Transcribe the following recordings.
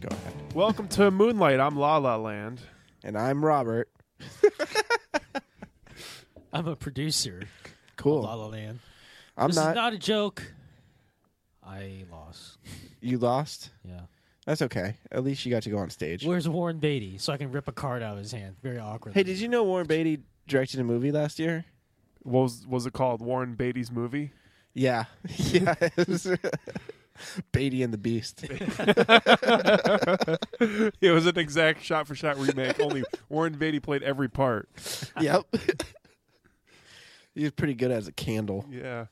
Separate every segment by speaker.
Speaker 1: Go ahead.
Speaker 2: Welcome to Moonlight. I'm La La Land.
Speaker 1: And I'm Robert.
Speaker 3: I'm a producer.
Speaker 1: Cool.
Speaker 3: La La Land.
Speaker 1: I'm
Speaker 3: this
Speaker 1: not,
Speaker 3: is not a joke. I lost.
Speaker 1: You lost.
Speaker 3: Yeah.
Speaker 1: That's okay. At least you got to go on stage.
Speaker 3: Where's Warren Beatty? So I can rip a card out of his hand. Very awkward.
Speaker 1: hey, did you know Warren Beatty directed a movie last year?
Speaker 2: What was, was it called? Warren Beatty's movie?
Speaker 1: Yeah. Yeah. it was- Beatty and the Beast.
Speaker 2: It was an exact shot for shot remake, only Warren Beatty played every part.
Speaker 1: yep. he was pretty good as a candle.
Speaker 2: Yeah.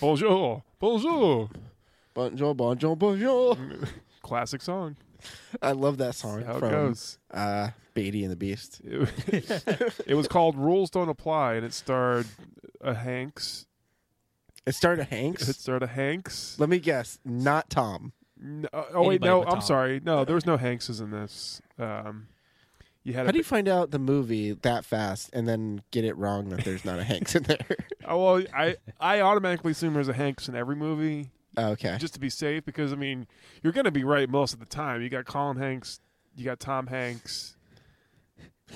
Speaker 2: Bonjour. Bonjour.
Speaker 1: Bonjour, bonjour, bonjour.
Speaker 2: Classic song.
Speaker 1: I love that song
Speaker 2: How it
Speaker 1: from
Speaker 2: goes.
Speaker 1: Uh, Beatty and the Beast.
Speaker 2: It, it was called Rules Don't Apply, and it starred a Hanks.
Speaker 1: It started Hanks.
Speaker 2: It starred a Hanks.
Speaker 1: Let me guess. Not Tom.
Speaker 2: No, oh, wait,
Speaker 3: Anybody
Speaker 2: no,
Speaker 3: but
Speaker 2: I'm
Speaker 3: Tom.
Speaker 2: sorry. No, there was no Hankses in this. Um, you had
Speaker 1: How
Speaker 2: a
Speaker 1: do you find out the movie that fast and then get it wrong that there's not a Hanks in there?
Speaker 2: Oh, well, I I automatically assume there's a Hanks in every movie
Speaker 1: okay.
Speaker 2: just to be safe because I mean you're gonna be right most of the time. You got Colin Hanks, you got Tom Hanks.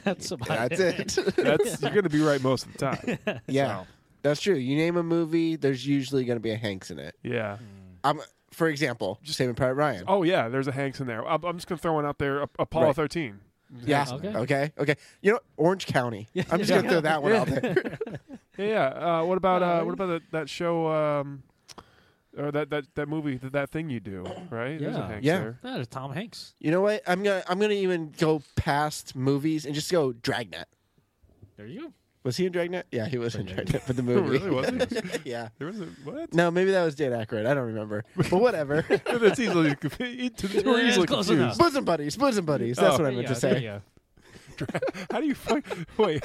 Speaker 3: That's about
Speaker 1: That's it.
Speaker 2: That's you're gonna be right most of the time.
Speaker 1: yeah. That's true. You name a movie, there's usually going to be a Hanks in it.
Speaker 2: Yeah.
Speaker 1: I'm, for example, just Saving Private Ryan.
Speaker 2: Oh yeah, there's a Hanks in there. I'm, I'm just gonna throw one out there. Ap- Apollo
Speaker 1: Right.
Speaker 2: 13.
Speaker 1: yeah.
Speaker 2: Hanks in
Speaker 1: Okay.
Speaker 2: there.
Speaker 1: okay. You know, Orange County. I'm just going to throw that one out there.
Speaker 2: Yeah. yeah. Uh, what about uh, what about that that show? Um, or that, that, that movie that, that thing you do right there's a
Speaker 3: Yeah.
Speaker 2: Hanks
Speaker 1: Yeah.
Speaker 2: there
Speaker 3: That is Tom Hanks.
Speaker 1: you know what? I'm going to I'm going to even go past movies and just go Dragnet.
Speaker 3: There you go.
Speaker 1: Was he in Dragnet? Yeah, he was in Dragnet for the
Speaker 2: Oh,
Speaker 1: movie.
Speaker 2: really was it
Speaker 1: yeah.
Speaker 2: there was a what
Speaker 1: No, maybe that was Dan Aykroyd. I don't remember. But whatever.
Speaker 2: that's easily confu- we're
Speaker 3: Yeah,
Speaker 2: easily
Speaker 3: it's close
Speaker 2: confused
Speaker 3: enough.
Speaker 1: bosom buddies, bosom buddies. That's
Speaker 2: Oh.
Speaker 1: what I
Speaker 3: There
Speaker 1: meant
Speaker 3: you go,
Speaker 1: to
Speaker 3: there
Speaker 1: say.
Speaker 3: you go.
Speaker 2: How do you fuck? Wait,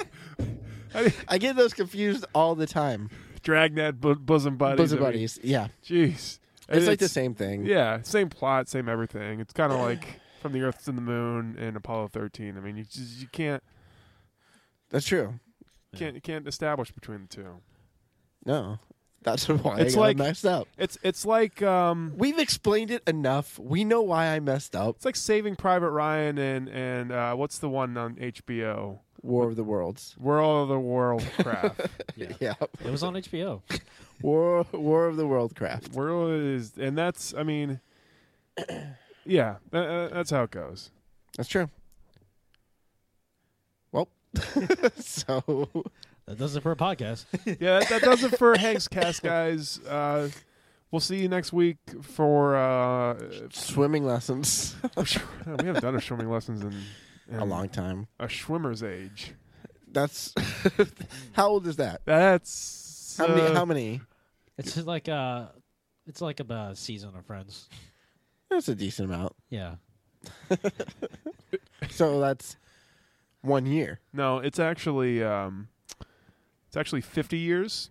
Speaker 1: I get those confused all the time.
Speaker 2: Dragnet, bo- bosom buddies,
Speaker 1: Bosom
Speaker 2: I mean,
Speaker 1: buddies. Yeah.
Speaker 2: Jeez,
Speaker 1: It's, like the same thing.
Speaker 2: Yeah, same plot, same everything. It's kind of like from the Earth to the Moon and Apollo thirteen. I mean, you just you can't
Speaker 1: That's true.
Speaker 2: can't you can't establish between the two.
Speaker 1: No. That's why
Speaker 2: It's
Speaker 1: I got
Speaker 2: like-
Speaker 1: messed up.
Speaker 2: It's it's like um
Speaker 1: We've explained it enough. We know why I messed up.
Speaker 2: it's like Saving Private Ryan and and uh, what's the one on HBO?
Speaker 1: War of the Worlds.
Speaker 2: World of the Worldcraft.
Speaker 1: Yeah.
Speaker 3: It was on HBO.
Speaker 1: War War of the Worldcraft.
Speaker 2: World is and that's I mean, yeah, tha- uh, that's how it goes.
Speaker 1: That's true. Well, so
Speaker 3: That does it for a podcast.
Speaker 2: yeah, that, that does it for Hank's Cast, guys. Uh, we'll see you next week for. Uh,
Speaker 1: swimming lessons.
Speaker 2: we haven't done a swimming lessons in, in
Speaker 1: A long time.
Speaker 2: a swimmer's age.
Speaker 1: That's how old is that?
Speaker 2: That's
Speaker 1: How many?
Speaker 2: uh,
Speaker 1: How many?
Speaker 3: It's just like uh it's like about a season of Friends.
Speaker 1: That's a decent amount.
Speaker 3: Yeah.
Speaker 1: So that's one year.
Speaker 2: No, it's actually um, it's actually fifty years.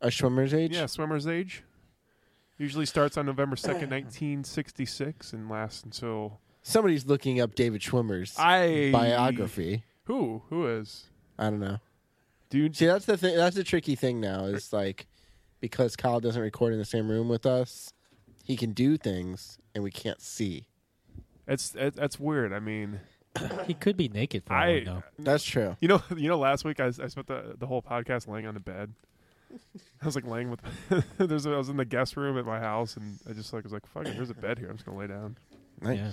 Speaker 1: A swimmer's age.
Speaker 2: Yeah, swimmer's age. Usually starts on November second, nineteen sixty six, and lasts until
Speaker 1: Somebody's looking up David Schwimmer's
Speaker 2: I
Speaker 1: biography.
Speaker 2: Who who is?
Speaker 1: I don't know.
Speaker 2: Dude,
Speaker 1: See, that's the thing. That's the tricky thing now is like because Kyle doesn't record in the same room with us, he can do things and we can't see.
Speaker 2: it's it, that's weird. I mean,
Speaker 3: he could be naked for all
Speaker 2: I
Speaker 3: we know.
Speaker 1: That's true.
Speaker 2: You know, you know. Last week, I, I spent the, the whole podcast laying on the bed. I was like laying with. there's, a, I was in the guest room at my house, and I just like was like, "Fuck it, there's a bed here. I'm just gonna lay down."
Speaker 1: Nice.
Speaker 3: Yeah.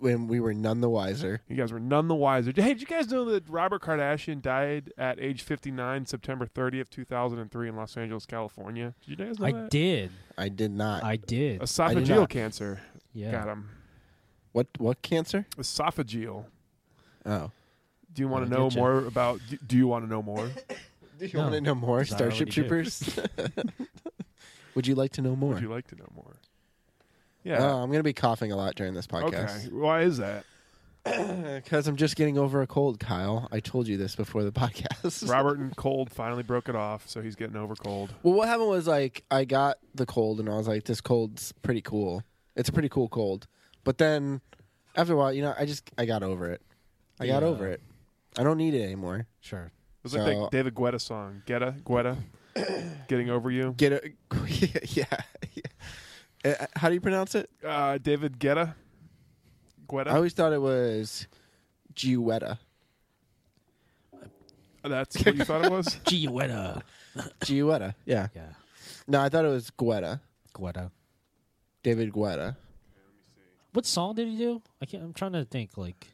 Speaker 1: When we were none the wiser.
Speaker 2: You guys were none the wiser. Hey, did you guys know that Robert Kardashian died at age 59, September 30th, 2003, in Los Angeles, California? Did you guys know
Speaker 3: I
Speaker 2: that?
Speaker 3: did.
Speaker 1: I did not.
Speaker 3: I did.
Speaker 1: did
Speaker 2: Esophageal
Speaker 1: not.
Speaker 2: cancer
Speaker 3: Yeah.
Speaker 2: got him.
Speaker 1: what what cancer?
Speaker 2: Esophageal.
Speaker 1: Oh.
Speaker 2: Do you want to
Speaker 3: Wanna
Speaker 2: know
Speaker 3: get ya.
Speaker 2: more about? Do, do you want to know more?
Speaker 1: Do you
Speaker 3: No,
Speaker 1: want to know more?
Speaker 3: 'cause I already
Speaker 1: Starship
Speaker 3: do.
Speaker 1: Troopers? Would you like to know more?
Speaker 2: Would you like to know more? Yeah.
Speaker 3: Uh,
Speaker 1: Oh, I'm going to be coughing a lot during this
Speaker 2: okay.
Speaker 1: podcast.
Speaker 2: Why is that?
Speaker 1: Because I'm just getting over a cold, Kyle. I told you this before the podcast.
Speaker 2: Robert and cold finally broke it off, so he's getting over cold.
Speaker 1: Well, what happened was like I got the cold, and I was like, "This cold's pretty cool. It's a pretty cool cold." But then, after a while, you know, I just I got over it. I got
Speaker 3: Yeah.
Speaker 1: over it. I don't need it anymore.
Speaker 3: Sure.
Speaker 2: It was like
Speaker 1: So-
Speaker 2: that David Guetta song, Guetta, Guetta, getting over you.
Speaker 1: Get it? yeah, yeah. Uh, How do you pronounce it?
Speaker 2: Uh, David Guetta, Guetta.
Speaker 1: I always thought it was Giuetta.
Speaker 2: That's what you thought it was.
Speaker 3: Giuetta.
Speaker 1: Giuetta. Yeah.
Speaker 3: Yeah.
Speaker 1: No, I thought it was Guetta.
Speaker 3: Guetta.
Speaker 1: David Guetta.
Speaker 3: What song did he do? I can't. I'm trying to think. Like.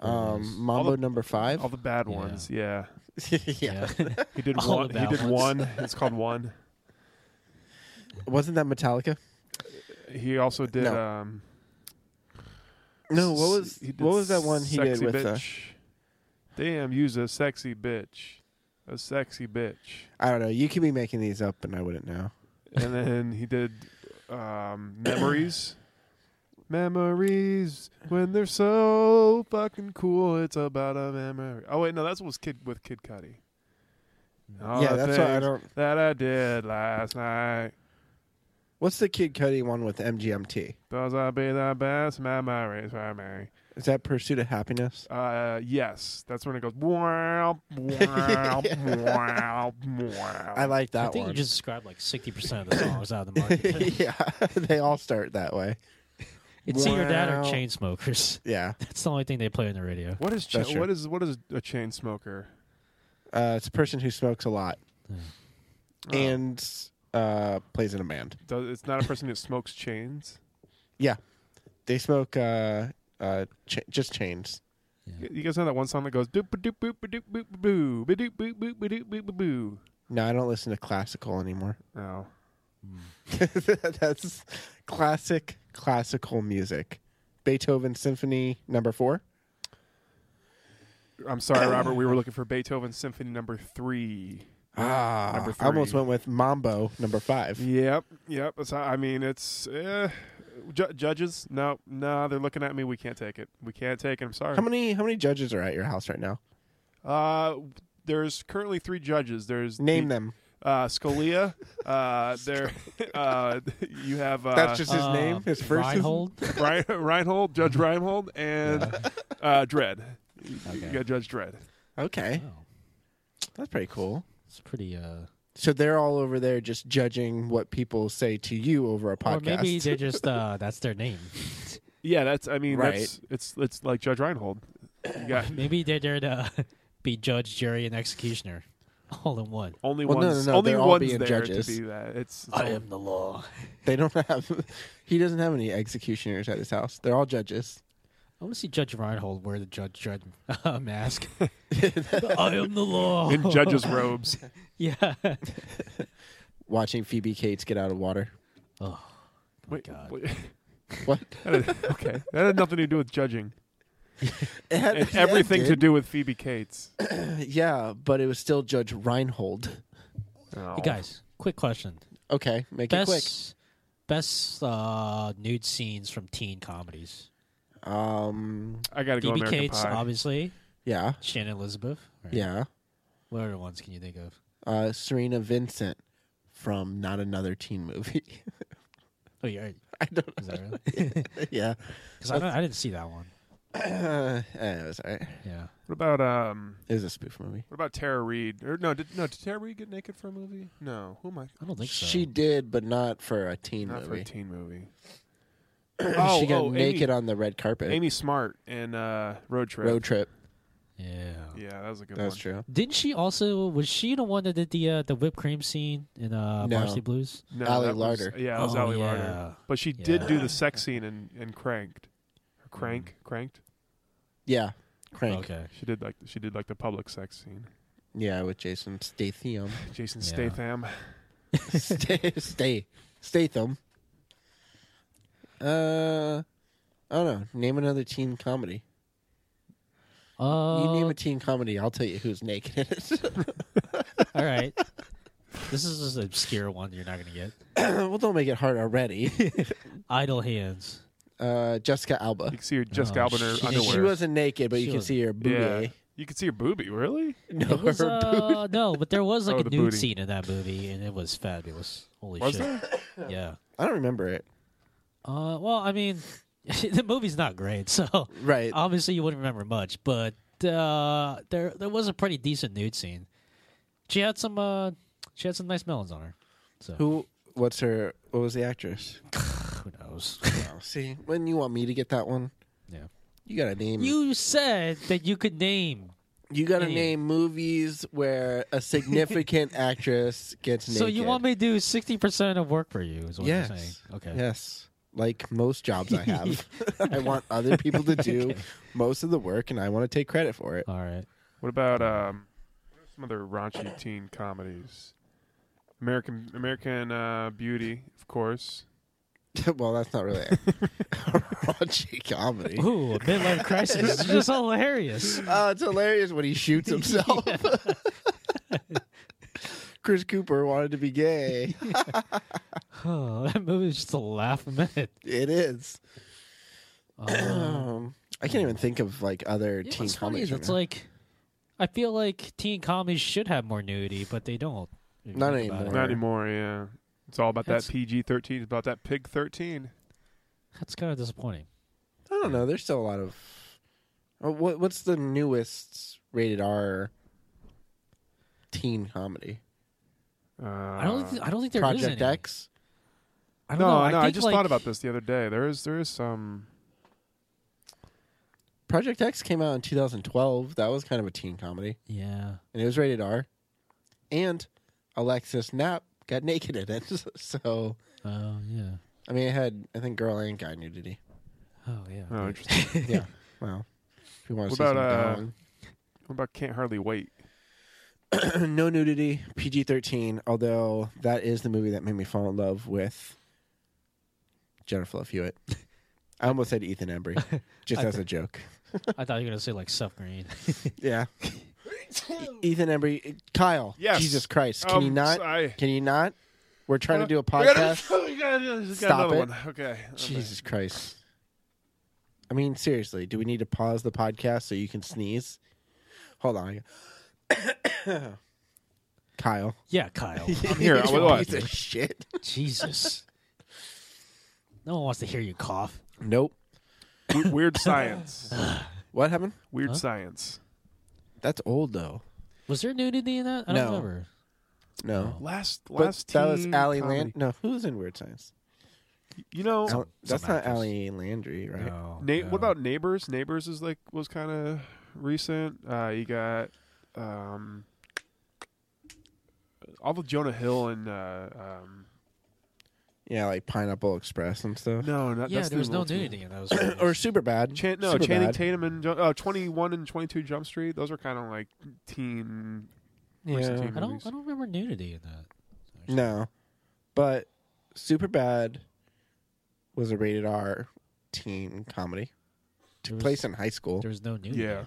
Speaker 1: Um, Mambo
Speaker 2: the-
Speaker 1: number five.
Speaker 2: All the bad
Speaker 3: Yeah.
Speaker 2: ones. Yeah,
Speaker 1: yeah.
Speaker 2: he did
Speaker 3: All
Speaker 2: one.
Speaker 3: the
Speaker 2: He
Speaker 3: bad
Speaker 2: did one.
Speaker 3: ones.
Speaker 2: It's called one.
Speaker 1: Wasn't that Metallica?
Speaker 2: He also did.
Speaker 1: No.
Speaker 2: Um,
Speaker 1: No. What
Speaker 2: s-
Speaker 1: was
Speaker 2: he did
Speaker 1: what was that one he did
Speaker 2: Sexy
Speaker 1: with? Uh,
Speaker 2: bitch. Damn, use a sexy bitch, a sexy bitch,
Speaker 1: I don't know. You could be making these up, and I wouldn't know.
Speaker 2: and then he did um, memories. Memories when they're so fucking cool. It's about a memory. Oh wait, no, that's what was Kid with Kid Cudi.
Speaker 3: Mm-hmm.
Speaker 2: All
Speaker 1: yeah,
Speaker 2: the
Speaker 1: that's why I
Speaker 2: things
Speaker 1: don't.
Speaker 2: that I did last night.
Speaker 1: What's the Kid Cudi one with MGMT?
Speaker 2: Those will be the best memories for me.
Speaker 1: Is that Pursuit of Happiness?
Speaker 2: Uh, yes, that's when it goes. Wow, wow, wow, wow.
Speaker 1: I like that
Speaker 3: I think
Speaker 1: one.
Speaker 3: you just described like 60% of the songs out of the market.
Speaker 1: yeah, they all start that way.
Speaker 3: it's either that or
Speaker 1: Wow.
Speaker 3: chain smokers.
Speaker 1: Yeah,
Speaker 3: That's the only thing they play on the radio.
Speaker 2: What is cha-
Speaker 1: That's true.
Speaker 2: what is what is a chain smoker?
Speaker 1: uh, it's a person who smokes a lot
Speaker 2: Oh.
Speaker 1: and uh, plays in a band.
Speaker 2: Does, it's not a person who smokes chains.
Speaker 1: Yeah, they smoke uh, uh, ch- just chains.
Speaker 2: Y- You guys know that one song that goes doop a doop boop a doop boop a boo ba doop boop boop a doop boop a boo.
Speaker 1: No, I don't listen to classical anymore.
Speaker 2: No,
Speaker 1: That's classic classical music. Beethoven Symphony Number Four.
Speaker 2: I'm sorry, Robert. We were looking for Beethoven Symphony Number Three.
Speaker 1: Ah,
Speaker 2: Number
Speaker 1: I almost
Speaker 2: three.
Speaker 1: went with Mambo Number Five.
Speaker 2: Yep, yep. It's, I mean, it's eh, ju- judges. No, no, they're looking at me. We can't take it. We can't take it. I'm sorry.
Speaker 1: How many how many judges are at your house right now?
Speaker 2: Uh, there's currently three judges. There's
Speaker 1: Name
Speaker 2: the-
Speaker 1: them.
Speaker 2: Uh, Scalia. Uh, there. Uh, you have uh,
Speaker 1: That's just his
Speaker 3: Uh,
Speaker 1: name. His first
Speaker 3: Reinhold?
Speaker 2: Rein- Reinhold, Judge Reinhold, and uh, Dredd. You- You
Speaker 3: Okay.
Speaker 2: got Judge Dredd.
Speaker 1: Is, okay,
Speaker 3: Oh,
Speaker 1: that's pretty cool.
Speaker 3: it's pretty. uh
Speaker 1: So they're all over there just judging what people say to you over a podcast.
Speaker 3: Or maybe they're just uh that's their name.
Speaker 2: Yeah, that's. I mean,
Speaker 1: Right.
Speaker 2: that's it's it's like Judge Reinhold. You got
Speaker 3: Maybe they're there to be judge, jury, and executioner, all in one.
Speaker 2: only
Speaker 1: Well,
Speaker 2: one.
Speaker 1: no,
Speaker 2: ones.
Speaker 1: no, no,
Speaker 2: only
Speaker 1: they're all
Speaker 2: ones
Speaker 1: being
Speaker 2: there
Speaker 1: judges.
Speaker 2: to be that. It's. it's all-
Speaker 3: the law.
Speaker 1: they don't have. he doesn't have any executioners at his house. They're all judges.
Speaker 3: I want to see Judge Reinhold wear the Judge Dredd uh, mask. I am the law.
Speaker 2: in judges' robes.
Speaker 1: Oh
Speaker 3: yeah.
Speaker 1: Watching Phoebe Cates get out of water.
Speaker 3: Oh,
Speaker 2: Wait,
Speaker 3: God.
Speaker 2: wait.
Speaker 1: What?
Speaker 2: That had- okay, that had nothing to do with judging.
Speaker 1: It had-
Speaker 2: It had
Speaker 1: yeah,
Speaker 2: everything
Speaker 1: it
Speaker 2: to
Speaker 1: did.
Speaker 2: do with Phoebe Cates.
Speaker 1: Yeah, but it was still Judge Reinhold.
Speaker 2: Oh.
Speaker 3: Hey guys, quick question.
Speaker 1: Okay, make
Speaker 3: best
Speaker 1: it
Speaker 3: best uh, nude scenes from teen comedies.
Speaker 1: quick. Um,
Speaker 2: I gotta go
Speaker 3: Phoebe
Speaker 2: American
Speaker 3: Cates,
Speaker 2: Pie.
Speaker 3: obviously.
Speaker 1: yeah,
Speaker 3: Shannon Elizabeth. right?
Speaker 1: yeah.
Speaker 3: What other ones can you think of?
Speaker 1: Uh, Serena Vincent from not another teen movie.
Speaker 3: Oh, you're right.
Speaker 1: I don't.
Speaker 3: Is that really?
Speaker 1: Yeah,
Speaker 3: Because I, don't- I didn't see that one.
Speaker 1: uh, it was all right.
Speaker 3: Yeah.
Speaker 2: What about um?
Speaker 1: It was a spoof movie.
Speaker 2: What about Tara Reid? Or no, did no did Tara Reid get naked for a movie? No, who am I?
Speaker 3: I don't think so.
Speaker 1: She did, but not for a teen
Speaker 2: Not for a
Speaker 1: movie.
Speaker 2: teen movie. oh,
Speaker 1: she got
Speaker 2: oh,
Speaker 1: naked
Speaker 2: Amy,
Speaker 1: on the red carpet.
Speaker 2: Amy Smart and uh, Road Trip.
Speaker 1: Road trip.
Speaker 3: Yeah.
Speaker 2: Yeah, that was a good
Speaker 1: That's
Speaker 2: one.
Speaker 1: true.
Speaker 3: Didn't she also was she the one that did the uh, the whipped cream scene in uh,
Speaker 1: No.
Speaker 3: Varsity Blues?
Speaker 2: No,
Speaker 1: Ally
Speaker 2: that was-
Speaker 1: Larder.
Speaker 2: yeah, it was
Speaker 3: Oh,
Speaker 2: Ally
Speaker 3: yeah.
Speaker 2: Larder. But she did do
Speaker 3: Yeah. Mm.
Speaker 2: the sex scene in, in Cranked. Or Crank, Cranked.
Speaker 1: Yeah, crank.
Speaker 3: Okay.
Speaker 2: She did like she did like the public sex scene.
Speaker 1: Yeah, with Jason Statham.
Speaker 2: Jason
Speaker 3: Yeah.
Speaker 2: Statham.
Speaker 1: stay, stay, Statham. Uh, I don't know. Name another teen comedy.
Speaker 3: Uh,
Speaker 1: you name a teen comedy, I'll tell you who's naked in it.
Speaker 3: all right. This is just an obscure one you're not gonna get.
Speaker 1: well, don't make it hard already.
Speaker 3: Idle hands.
Speaker 1: Uh, Jessica
Speaker 2: You
Speaker 1: Alba.
Speaker 2: can see her Jessica
Speaker 3: Oh,
Speaker 2: Alba in her
Speaker 3: shit.
Speaker 2: underwear.
Speaker 1: She wasn't naked, but
Speaker 3: She
Speaker 1: you can
Speaker 3: was-
Speaker 1: see her
Speaker 2: yeah.
Speaker 1: booty.
Speaker 2: You can see her boobie, really?
Speaker 1: No,
Speaker 3: It was,
Speaker 1: her booty.
Speaker 3: uh, no, but there was like
Speaker 2: Oh,
Speaker 3: a
Speaker 2: the
Speaker 3: nude
Speaker 2: booty.
Speaker 3: scene in that movie, and it was fabulous. Holy
Speaker 2: Was
Speaker 3: shit! Yeah.
Speaker 1: I don't remember it.
Speaker 3: Uh, well, I mean, the movie's not great, so
Speaker 1: Right.
Speaker 3: obviously you wouldn't remember much. But uh, there there was a pretty decent nude scene. She had some uh, she had some nice melons on her. So
Speaker 1: Who? What's her? What was the actress?
Speaker 3: who knows?
Speaker 1: Oh, see, when you want me to get that one,
Speaker 3: Yeah.
Speaker 1: you gotta name.
Speaker 3: you said that you could name,
Speaker 1: You gotta
Speaker 3: Idiot.
Speaker 1: name movies where a significant actress gets naked.
Speaker 3: so you want me to do sixty percent of work for you? Is what
Speaker 1: Yes.
Speaker 3: you're saying? Okay.
Speaker 1: Yes. Like most jobs I have, I want other people to do most of the work, and I want to take credit for it.
Speaker 3: All right.
Speaker 2: What about um, what are some other raunchy teen comedies? American American uh, Beauty, of course.
Speaker 1: well, that's not really a raunchy comedy.
Speaker 3: Ooh, a midlife crisis is just hilarious.
Speaker 1: Oh, it's hilarious when he shoots himself. Chris Cooper wanted to be gay.
Speaker 3: Oh, that movie is just a laugh a minute.
Speaker 1: It is.
Speaker 3: Um,
Speaker 1: Um, I can't even think of like other
Speaker 3: Yeah,
Speaker 1: teen
Speaker 3: what's funny
Speaker 1: comedies.
Speaker 3: is
Speaker 1: right
Speaker 3: It's
Speaker 1: now.
Speaker 3: like I feel like teen comedies should have more nudity, but they don't. If you
Speaker 1: Not
Speaker 3: think about it.
Speaker 1: anymore.
Speaker 2: Not anymore, yeah. It's all about
Speaker 3: That's-
Speaker 2: that PG thirteen. It's about that pig thirteen.
Speaker 3: That's kind of disappointing.
Speaker 1: I don't know. There's still a lot of. Uh, What What's the newest rated R teen comedy?
Speaker 2: Uh,
Speaker 3: I don't. Think, I don't think there is
Speaker 1: Project
Speaker 3: any.
Speaker 1: X.
Speaker 3: I don't
Speaker 2: no,
Speaker 3: know.
Speaker 2: I know. I
Speaker 3: think,
Speaker 2: just
Speaker 3: like-
Speaker 2: thought about this the other day. There is there is some.
Speaker 1: Project X came out in 2012. That was kind of a teen comedy,
Speaker 3: Yeah.
Speaker 1: and it was rated R. And Alexis Knapp got naked in it. So
Speaker 3: Oh yeah.
Speaker 1: I mean, it had I think girl and guy nudity.
Speaker 3: Oh yeah.
Speaker 2: Oh, interesting.
Speaker 1: Yeah. wow. If you want to
Speaker 2: What
Speaker 1: see
Speaker 2: about, uh,
Speaker 1: some
Speaker 2: what about Can't Hardly Wait?
Speaker 1: dong. no nudity, PG 13. Although that is the movie that made me fall in love with Jennifer Love Hewitt. I almost said Ethan Embry, just
Speaker 3: I
Speaker 1: as a joke.
Speaker 3: I thought you were gonna say like Seth Green.
Speaker 1: Yeah. Ethan Embry, Kyle.
Speaker 2: Yes.
Speaker 1: Jesus Christ, can
Speaker 2: Um,
Speaker 1: you not?
Speaker 2: I-
Speaker 1: Can you not? We're trying to do a
Speaker 2: We gotta-
Speaker 1: podcast.
Speaker 2: we gotta- just got
Speaker 1: Stop
Speaker 2: another
Speaker 1: it.
Speaker 2: one. Okay.
Speaker 1: Jesus Christ. I mean, seriously, do we need to pause the podcast so you can sneeze? Hold on. Kyle.
Speaker 3: yeah, Kyle.
Speaker 2: I'm here. I will watch.
Speaker 1: Piece of shit.
Speaker 3: Jesus. No one wants to hear you cough.
Speaker 1: Nope.
Speaker 2: We- Weird science.
Speaker 1: What happened?
Speaker 2: Weird
Speaker 3: Huh?
Speaker 2: science.
Speaker 1: That's old though.
Speaker 3: Was there nudity in that? I don't
Speaker 1: No.
Speaker 3: remember.
Speaker 1: No.
Speaker 2: Last
Speaker 1: But
Speaker 2: last.
Speaker 1: that was
Speaker 2: teen
Speaker 1: Allie
Speaker 2: comedy.
Speaker 1: Land. No, who's in Weird Science?
Speaker 2: You know,
Speaker 1: Al- that's
Speaker 3: some
Speaker 1: not
Speaker 3: actress.
Speaker 1: Allie Landry, right?
Speaker 3: No.
Speaker 2: Na-
Speaker 3: no.
Speaker 2: What about Neighbors? Neighbors is like was kind of recent. Uh, you got um, all the Jonah Hill and uh, um,
Speaker 1: Yeah, like Pineapple Express and stuff.
Speaker 2: no, not,
Speaker 3: Yeah,
Speaker 2: that's
Speaker 3: there was
Speaker 2: the
Speaker 3: no
Speaker 2: ultimate-
Speaker 3: nudity in those.
Speaker 1: Or
Speaker 3: movies.
Speaker 1: Super Bad.
Speaker 2: Chan- no,
Speaker 1: Super
Speaker 2: Channing
Speaker 1: Bad.
Speaker 2: Tatum and jo- uh, Twenty One and Twenty Two Jump Street. Those are kind of like teen. recent
Speaker 1: Yeah.
Speaker 2: teen
Speaker 3: I don't.
Speaker 2: movies.
Speaker 3: I don't remember nudity in that.
Speaker 1: No, but Superbad was a rated R teen comedy.
Speaker 3: There
Speaker 1: Took
Speaker 3: was-
Speaker 1: place in high school.
Speaker 3: There was no nudity
Speaker 2: Yeah.
Speaker 3: in that,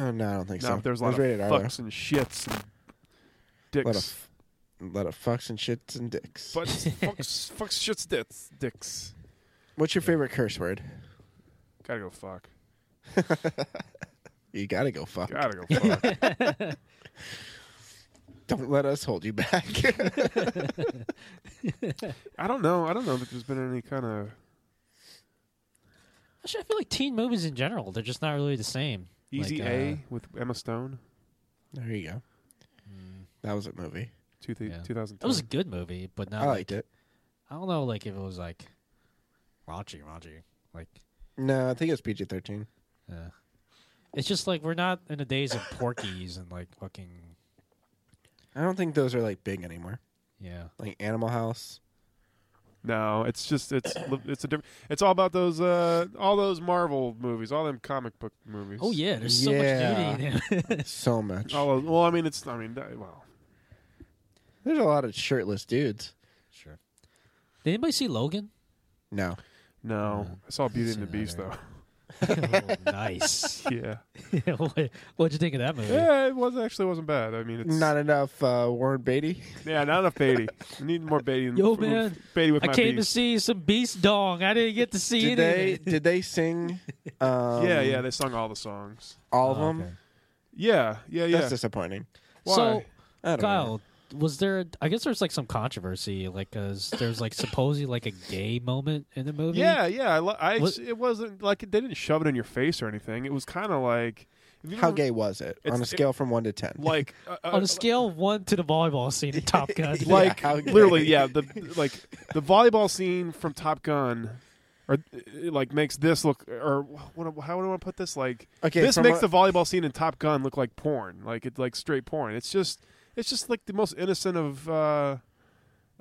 Speaker 3: right?
Speaker 1: no, I don't think
Speaker 2: no,
Speaker 1: so.
Speaker 2: there's a
Speaker 1: It
Speaker 2: lot
Speaker 1: was
Speaker 2: of
Speaker 1: rated R.
Speaker 2: fucks and shits and
Speaker 1: though. lot of
Speaker 2: dicks.
Speaker 1: f- lot of fucks and shits and dicks.
Speaker 2: Fucks, fucks, fucks, shits, dicks, dicks.
Speaker 1: What's your favorite curse word?
Speaker 2: Gotta go fuck.
Speaker 1: You gotta go fuck.
Speaker 2: Gotta go fuck.
Speaker 1: Don't let us hold you back.
Speaker 2: I don't know. I don't know that there's been any kind of
Speaker 3: Actually, I feel like teen movies in general, they're just not really the same.
Speaker 2: Easy
Speaker 3: Like,
Speaker 2: A
Speaker 3: uh,
Speaker 2: with Emma Stone.
Speaker 1: there you go.
Speaker 2: Hmm.
Speaker 1: That was a movie.
Speaker 2: Two th-
Speaker 3: Yeah.
Speaker 2: 2010.
Speaker 3: That was a good movie, but not
Speaker 1: I liked it.
Speaker 3: I don't know, like if it was like raunchy, raunchy. Like,
Speaker 1: No, I think it's PG thirteen.
Speaker 3: yeah. It's just like we're not in the days of Porkies and like fucking
Speaker 1: I don't think those are like big anymore.
Speaker 3: yeah.
Speaker 1: Like Animal House.
Speaker 2: No, it's just it's li- it's a different. It's all about those uh all those Marvel movies, all them comic book movies.
Speaker 3: Oh yeah, there's so
Speaker 1: Yeah.
Speaker 3: much nudity in it.
Speaker 1: So much.
Speaker 2: All of, well, I mean, it's I mean, that, well,
Speaker 1: There's a lot of shirtless dudes.
Speaker 3: sure. Did anybody see Logan?
Speaker 1: No.
Speaker 2: no,
Speaker 1: Mm.
Speaker 2: I saw Beauty and the
Speaker 3: seen that
Speaker 2: Beast
Speaker 3: either.
Speaker 2: though.
Speaker 3: Oh, nice.
Speaker 2: yeah,
Speaker 3: what, what'd you think of that movie?
Speaker 2: yeah, it was actually wasn't bad. I mean, it's
Speaker 1: Not enough uh, Warren Beatty.
Speaker 2: yeah, not enough Beatty. I need more Beatty. in-
Speaker 3: Yo,
Speaker 2: f-
Speaker 3: man,
Speaker 2: Beatty with
Speaker 3: I
Speaker 2: my
Speaker 3: came to
Speaker 2: beast.
Speaker 3: see some Beast Dong. I didn't get to see
Speaker 1: Did they
Speaker 3: anything.
Speaker 1: did they sing um,
Speaker 2: yeah, yeah, they sung all the songs.
Speaker 1: all of
Speaker 3: Oh,
Speaker 1: them?
Speaker 3: okay.
Speaker 2: Yeah, yeah, yeah.
Speaker 1: That's disappointing.
Speaker 2: Um, Why?
Speaker 3: So,
Speaker 1: I don't know.
Speaker 3: Kyle, was there? I guess there's like some controversy, like because there's like supposedly like a gay moment in the movie.
Speaker 2: yeah, yeah. I, li- I
Speaker 3: What-
Speaker 2: ex- it wasn't like they didn't shove it in your face or anything. It was kind of like if you
Speaker 1: How
Speaker 2: remember,
Speaker 1: gay was it?
Speaker 2: It's-
Speaker 1: On a
Speaker 2: it-
Speaker 1: scale from one to ten.
Speaker 2: Like uh, uh,
Speaker 3: On a scale of one to the volleyball scene in Top Gun,
Speaker 1: Yeah,
Speaker 2: like
Speaker 1: how gay.
Speaker 2: literally, yeah. The like the volleyball scene from Top Gun, or uh, like makes this look, or what, how do I put this? Like
Speaker 1: Okay,
Speaker 2: this
Speaker 1: from
Speaker 2: makes
Speaker 1: a-
Speaker 2: the volleyball scene in Top Gun look like porn, like it's like straight porn. It's just, it's just like the most innocent of. uh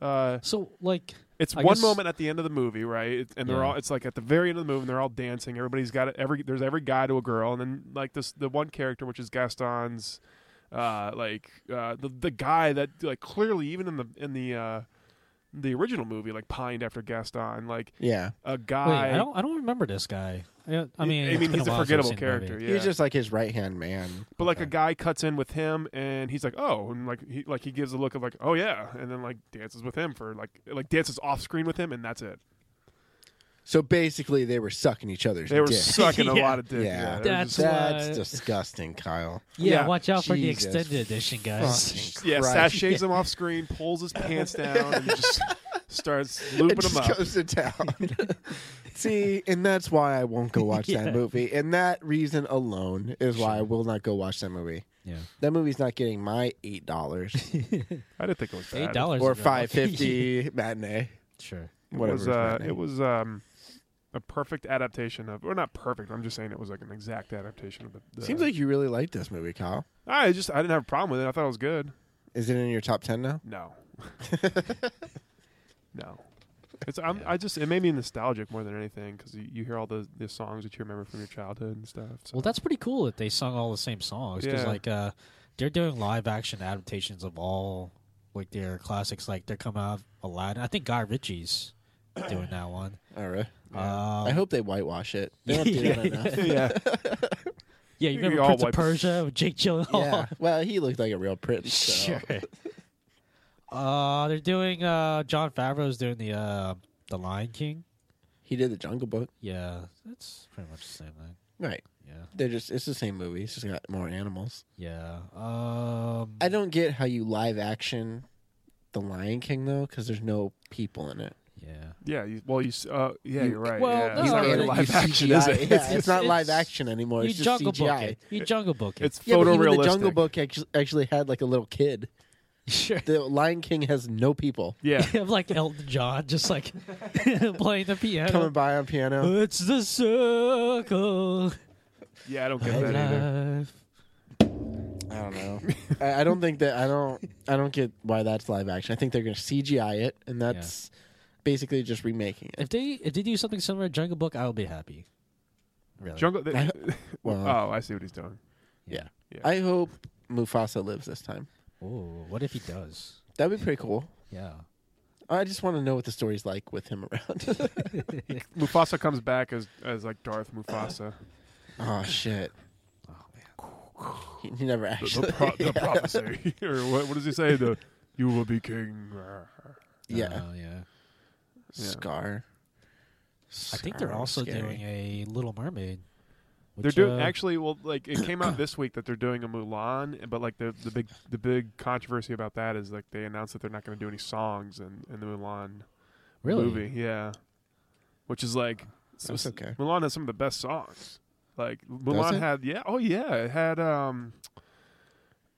Speaker 2: uh,
Speaker 3: so like
Speaker 2: it's
Speaker 3: I
Speaker 2: one
Speaker 3: guess-
Speaker 2: moment at the end of the movie, right? It's- and they're
Speaker 3: Yeah.
Speaker 2: all it's like at the very end of the movie, and they're all dancing. Everybody's got it. Every there's every guy to a girl, and then like this the one character which is Gaston's, uh, like uh, the the guy that like clearly even in the in the uh, the original movie like pined after Gaston, like
Speaker 1: Yeah.
Speaker 2: a
Speaker 3: wait,
Speaker 2: guy.
Speaker 3: I, don't I don't remember this guy. I, I mean,
Speaker 2: I
Speaker 3: it's
Speaker 2: mean,
Speaker 3: been
Speaker 2: he's
Speaker 3: a
Speaker 2: a
Speaker 3: while since I've
Speaker 2: forgettable
Speaker 3: seen the movie.
Speaker 2: character.
Speaker 1: He
Speaker 2: Yeah.
Speaker 1: was just like his right hand man.
Speaker 2: But like a
Speaker 3: Okay.
Speaker 2: guy cuts in with him, and he's like, "Oh," and like he like he gives a look of like, "Oh yeah," and then like dances with him for like like dances off screen with him, and that's it.
Speaker 1: So basically they were sucking each other's
Speaker 2: They were
Speaker 1: dick.
Speaker 2: sucking a
Speaker 3: Yeah.
Speaker 2: lot of dick.
Speaker 1: Yeah.
Speaker 2: it was
Speaker 3: That's
Speaker 2: just-
Speaker 1: That's
Speaker 3: why-
Speaker 1: disgusting, Kyle.
Speaker 3: Yeah,
Speaker 2: Yeah.
Speaker 3: watch out for the
Speaker 1: Jesus
Speaker 3: extended edition, guys.
Speaker 1: Fucking
Speaker 2: Yeah,
Speaker 1: Christ.
Speaker 2: sashays him off screen, pulls his pants down, and just starts
Speaker 1: It
Speaker 2: looping
Speaker 1: just
Speaker 2: him up.
Speaker 1: goes to town. See, and that's why I won't go watch
Speaker 3: Yeah.
Speaker 1: that movie. And that reason alone is why I will not go watch that movie.
Speaker 3: Yeah,
Speaker 1: That movie's not getting my eight dollars
Speaker 2: I didn't think it was bad.
Speaker 3: eight dollars
Speaker 1: or five fifty matinee.
Speaker 3: sure.
Speaker 2: It
Speaker 1: Whatever.
Speaker 2: was, uh, it was um, a perfect adaptation of, or not perfect. I'm just saying it was like an exact adaptation of the. the
Speaker 1: Seems like you really liked this movie, Kyle.
Speaker 2: I just I didn't have a problem with it. I thought it was good.
Speaker 1: Is it in your top ten now?
Speaker 2: No. no. It's I'm, I just it made me nostalgic more than anything because you, you hear all the, the songs that you remember from your childhood and stuff. So.
Speaker 3: Well, that's pretty cool that they sung all the same songs because
Speaker 2: Yeah.
Speaker 3: like uh, they're doing live action adaptations of all like their classics. Like they're coming out of Aladdin. I think Guy Ritchie's doing that one.
Speaker 1: All right.
Speaker 3: Um,
Speaker 1: Oh, I hope they whitewash it. They don't do that enough.
Speaker 2: yeah,
Speaker 3: yeah, you
Speaker 2: we
Speaker 3: remember
Speaker 2: all
Speaker 3: Prince of
Speaker 2: wipe-
Speaker 3: Persia with Jake
Speaker 1: Yeah.
Speaker 3: Gyllenhaal?
Speaker 1: Well, he looked like a real prince. So.
Speaker 3: Oh. sure. uh, they're doing uh, John Favreau's doing the uh, the Lion King.
Speaker 1: He did the Jungle Book.
Speaker 3: Yeah, that's pretty much the same thing.
Speaker 1: Right.
Speaker 3: Yeah,
Speaker 1: They're just it's the same movie. It's just got more animals.
Speaker 3: yeah. Um,
Speaker 1: I don't get how you live action the Lion King though, because there's no people in it.
Speaker 3: yeah.
Speaker 2: yeah. You, well, you s- uh, yeah,
Speaker 1: You-
Speaker 2: you're right.
Speaker 3: well,
Speaker 2: yeah.
Speaker 3: no,
Speaker 2: it's not
Speaker 3: you-
Speaker 2: really
Speaker 3: you
Speaker 2: live action, is it?
Speaker 1: Yeah, it's, not
Speaker 3: it's-
Speaker 1: live action anymore.
Speaker 3: You
Speaker 1: It's just
Speaker 3: jungle book
Speaker 1: CGI.
Speaker 3: it. You jungle book it.
Speaker 2: It's
Speaker 1: Yeah, but even
Speaker 2: photorealistic.
Speaker 1: the Jungle Book actu- actually had like a little kid.
Speaker 3: sure.
Speaker 1: The Lion King has no people
Speaker 2: Yeah,
Speaker 3: You have like Elton John just like playing the piano.
Speaker 1: coming by on piano.
Speaker 3: It's the circle of
Speaker 2: yeah, I don't get that either.
Speaker 3: life.
Speaker 1: I don't know. I, I don't think that I don't I don't get why that's live action. I think they're going to CGI it, and that's basically just remaking it.
Speaker 3: If they if they do something similar to Jungle Book, I will be happy. Really?
Speaker 2: Jungle.
Speaker 1: I- well-
Speaker 2: oh, I see what he's doing.
Speaker 1: Yeah.
Speaker 2: Yeah.
Speaker 1: I hope Mufasa lives this time.
Speaker 3: Ooh, what if he does?
Speaker 1: That'd be pretty cool.
Speaker 3: Yeah.
Speaker 1: I just want to know what the story's like with him around.
Speaker 2: Mufasa comes back as as like Darth Mufasa.
Speaker 1: oh shit. He, he never
Speaker 2: the,
Speaker 1: actually.
Speaker 2: the, pro- the prophecy, or what, what does he say? The you will be king.
Speaker 1: Yeah.
Speaker 3: Uh, yeah.
Speaker 2: yeah.
Speaker 1: Scar.
Speaker 3: I think they're
Speaker 1: Scar,
Speaker 3: also
Speaker 1: scary.
Speaker 3: doing a Little Mermaid.
Speaker 2: They're
Speaker 3: which,
Speaker 2: doing
Speaker 3: uh,
Speaker 2: actually well, like it came out this week that they're doing a Mulan, but like the the big the big controversy about that is like they announced that they're not going to do any songs in in the Mulan
Speaker 3: really?
Speaker 2: movie. Yeah, which is like so-
Speaker 1: That's okay.
Speaker 2: Mulan has some of the best songs. Like Mulan
Speaker 1: it?
Speaker 2: had, yeah, oh yeah, it had um,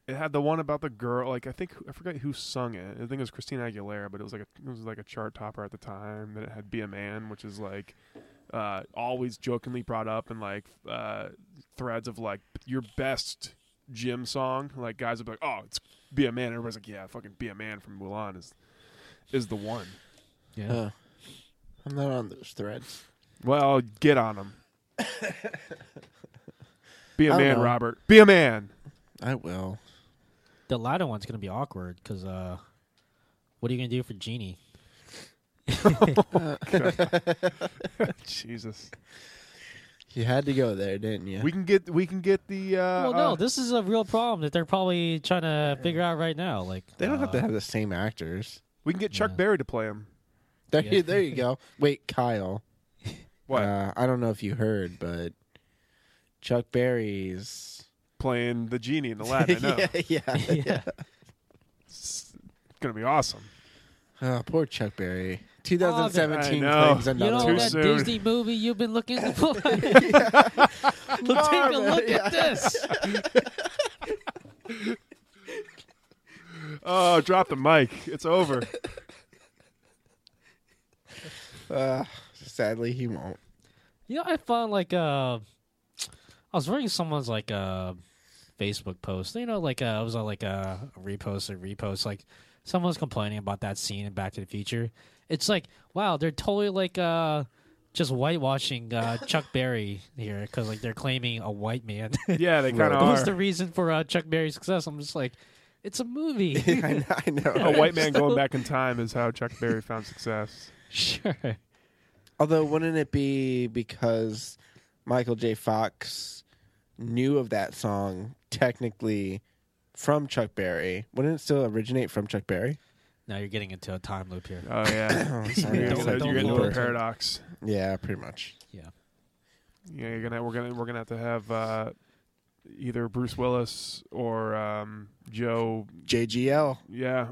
Speaker 2: It had the one about the girl. Like I think I forget who sung it. I think it was Christina Aguilera, but it was like a, it was like a chart topper at the time. Then it had "Be a Man," which is like uh, always jokingly brought up in like uh, threads of like your best gym song. Like guys would be like, "Oh, it's "Be a Man." Everybody's like, "Yeah, fucking "Be a Man" from Mulan is is the one."
Speaker 3: Yeah.
Speaker 1: Uh, I'm not on those threads.
Speaker 2: Well, get on them. Be a
Speaker 1: I don't
Speaker 2: man,
Speaker 1: know.
Speaker 2: Robert. Be a man.
Speaker 1: I will.
Speaker 3: The latter one's gonna be awkward because uh, what are you gonna do for Genie?
Speaker 2: Jesus.
Speaker 1: You had to go there, didn't you?
Speaker 2: We can get we can get the uh
Speaker 3: well, no,
Speaker 2: uh,
Speaker 3: this is a real problem that they're probably trying to figure out right now. Like
Speaker 1: they don't have to
Speaker 3: uh,
Speaker 1: have the same actors.
Speaker 2: we can get Chuck
Speaker 3: Yeah.
Speaker 2: Berry to play him.
Speaker 1: There,
Speaker 3: Yeah.
Speaker 1: there you go. Wait, Kyle.
Speaker 2: What?
Speaker 1: Uh, I don't know if you heard, but Chuck Berry's.
Speaker 2: Playing the genie in the Aladdin. I know.
Speaker 1: yeah, yeah,
Speaker 3: yeah.
Speaker 2: It's gonna be awesome.
Speaker 1: Oh, poor Chuck Berry. 2017
Speaker 2: I know.
Speaker 1: claims
Speaker 2: You
Speaker 3: You
Speaker 1: another
Speaker 3: know
Speaker 2: Too
Speaker 3: that
Speaker 2: soon.
Speaker 3: Disney movie you've been looking for? Well, take a look at this.
Speaker 2: Oh, drop the mic. It's over.
Speaker 1: one. Uh, sadly, he won't.
Speaker 3: You know, I found like uh, I was reading someone's like uh, Facebook post. You know, like uh, I was on like a repost or repost. Like someone was complaining about that scene in Back to the Future. It's like wow, they're totally like uh, just whitewashing uh, Chuck Berry here because like they're claiming a white man.
Speaker 2: Yeah, they kind of
Speaker 3: What was the
Speaker 2: are.
Speaker 3: reason for uh, Chuck Berry's success? I'm just like, it's a movie.
Speaker 1: I know. I know.
Speaker 2: A white man going back in time is how Chuck Berry found success.
Speaker 3: sure.
Speaker 1: Although, wouldn't it be because Michael J. Fox knew of that song technically from Chuck Berry? Wouldn't it still originate from Chuck Berry?
Speaker 3: Now you're getting into a time loop here.
Speaker 2: Oh yeah.
Speaker 1: Oh,
Speaker 2: You're
Speaker 1: sorry.
Speaker 2: gonna-
Speaker 1: I
Speaker 3: Don't-
Speaker 1: said
Speaker 2: you're
Speaker 3: don't
Speaker 2: gonna
Speaker 3: blow
Speaker 2: do a
Speaker 3: it.
Speaker 2: paradox.
Speaker 1: Yeah, pretty much.
Speaker 3: Yeah.
Speaker 2: Yeah, you're gonna we're gonna we're gonna have to have uh, either Bruce Willis or um, Joe.
Speaker 1: JGL,
Speaker 2: Yeah,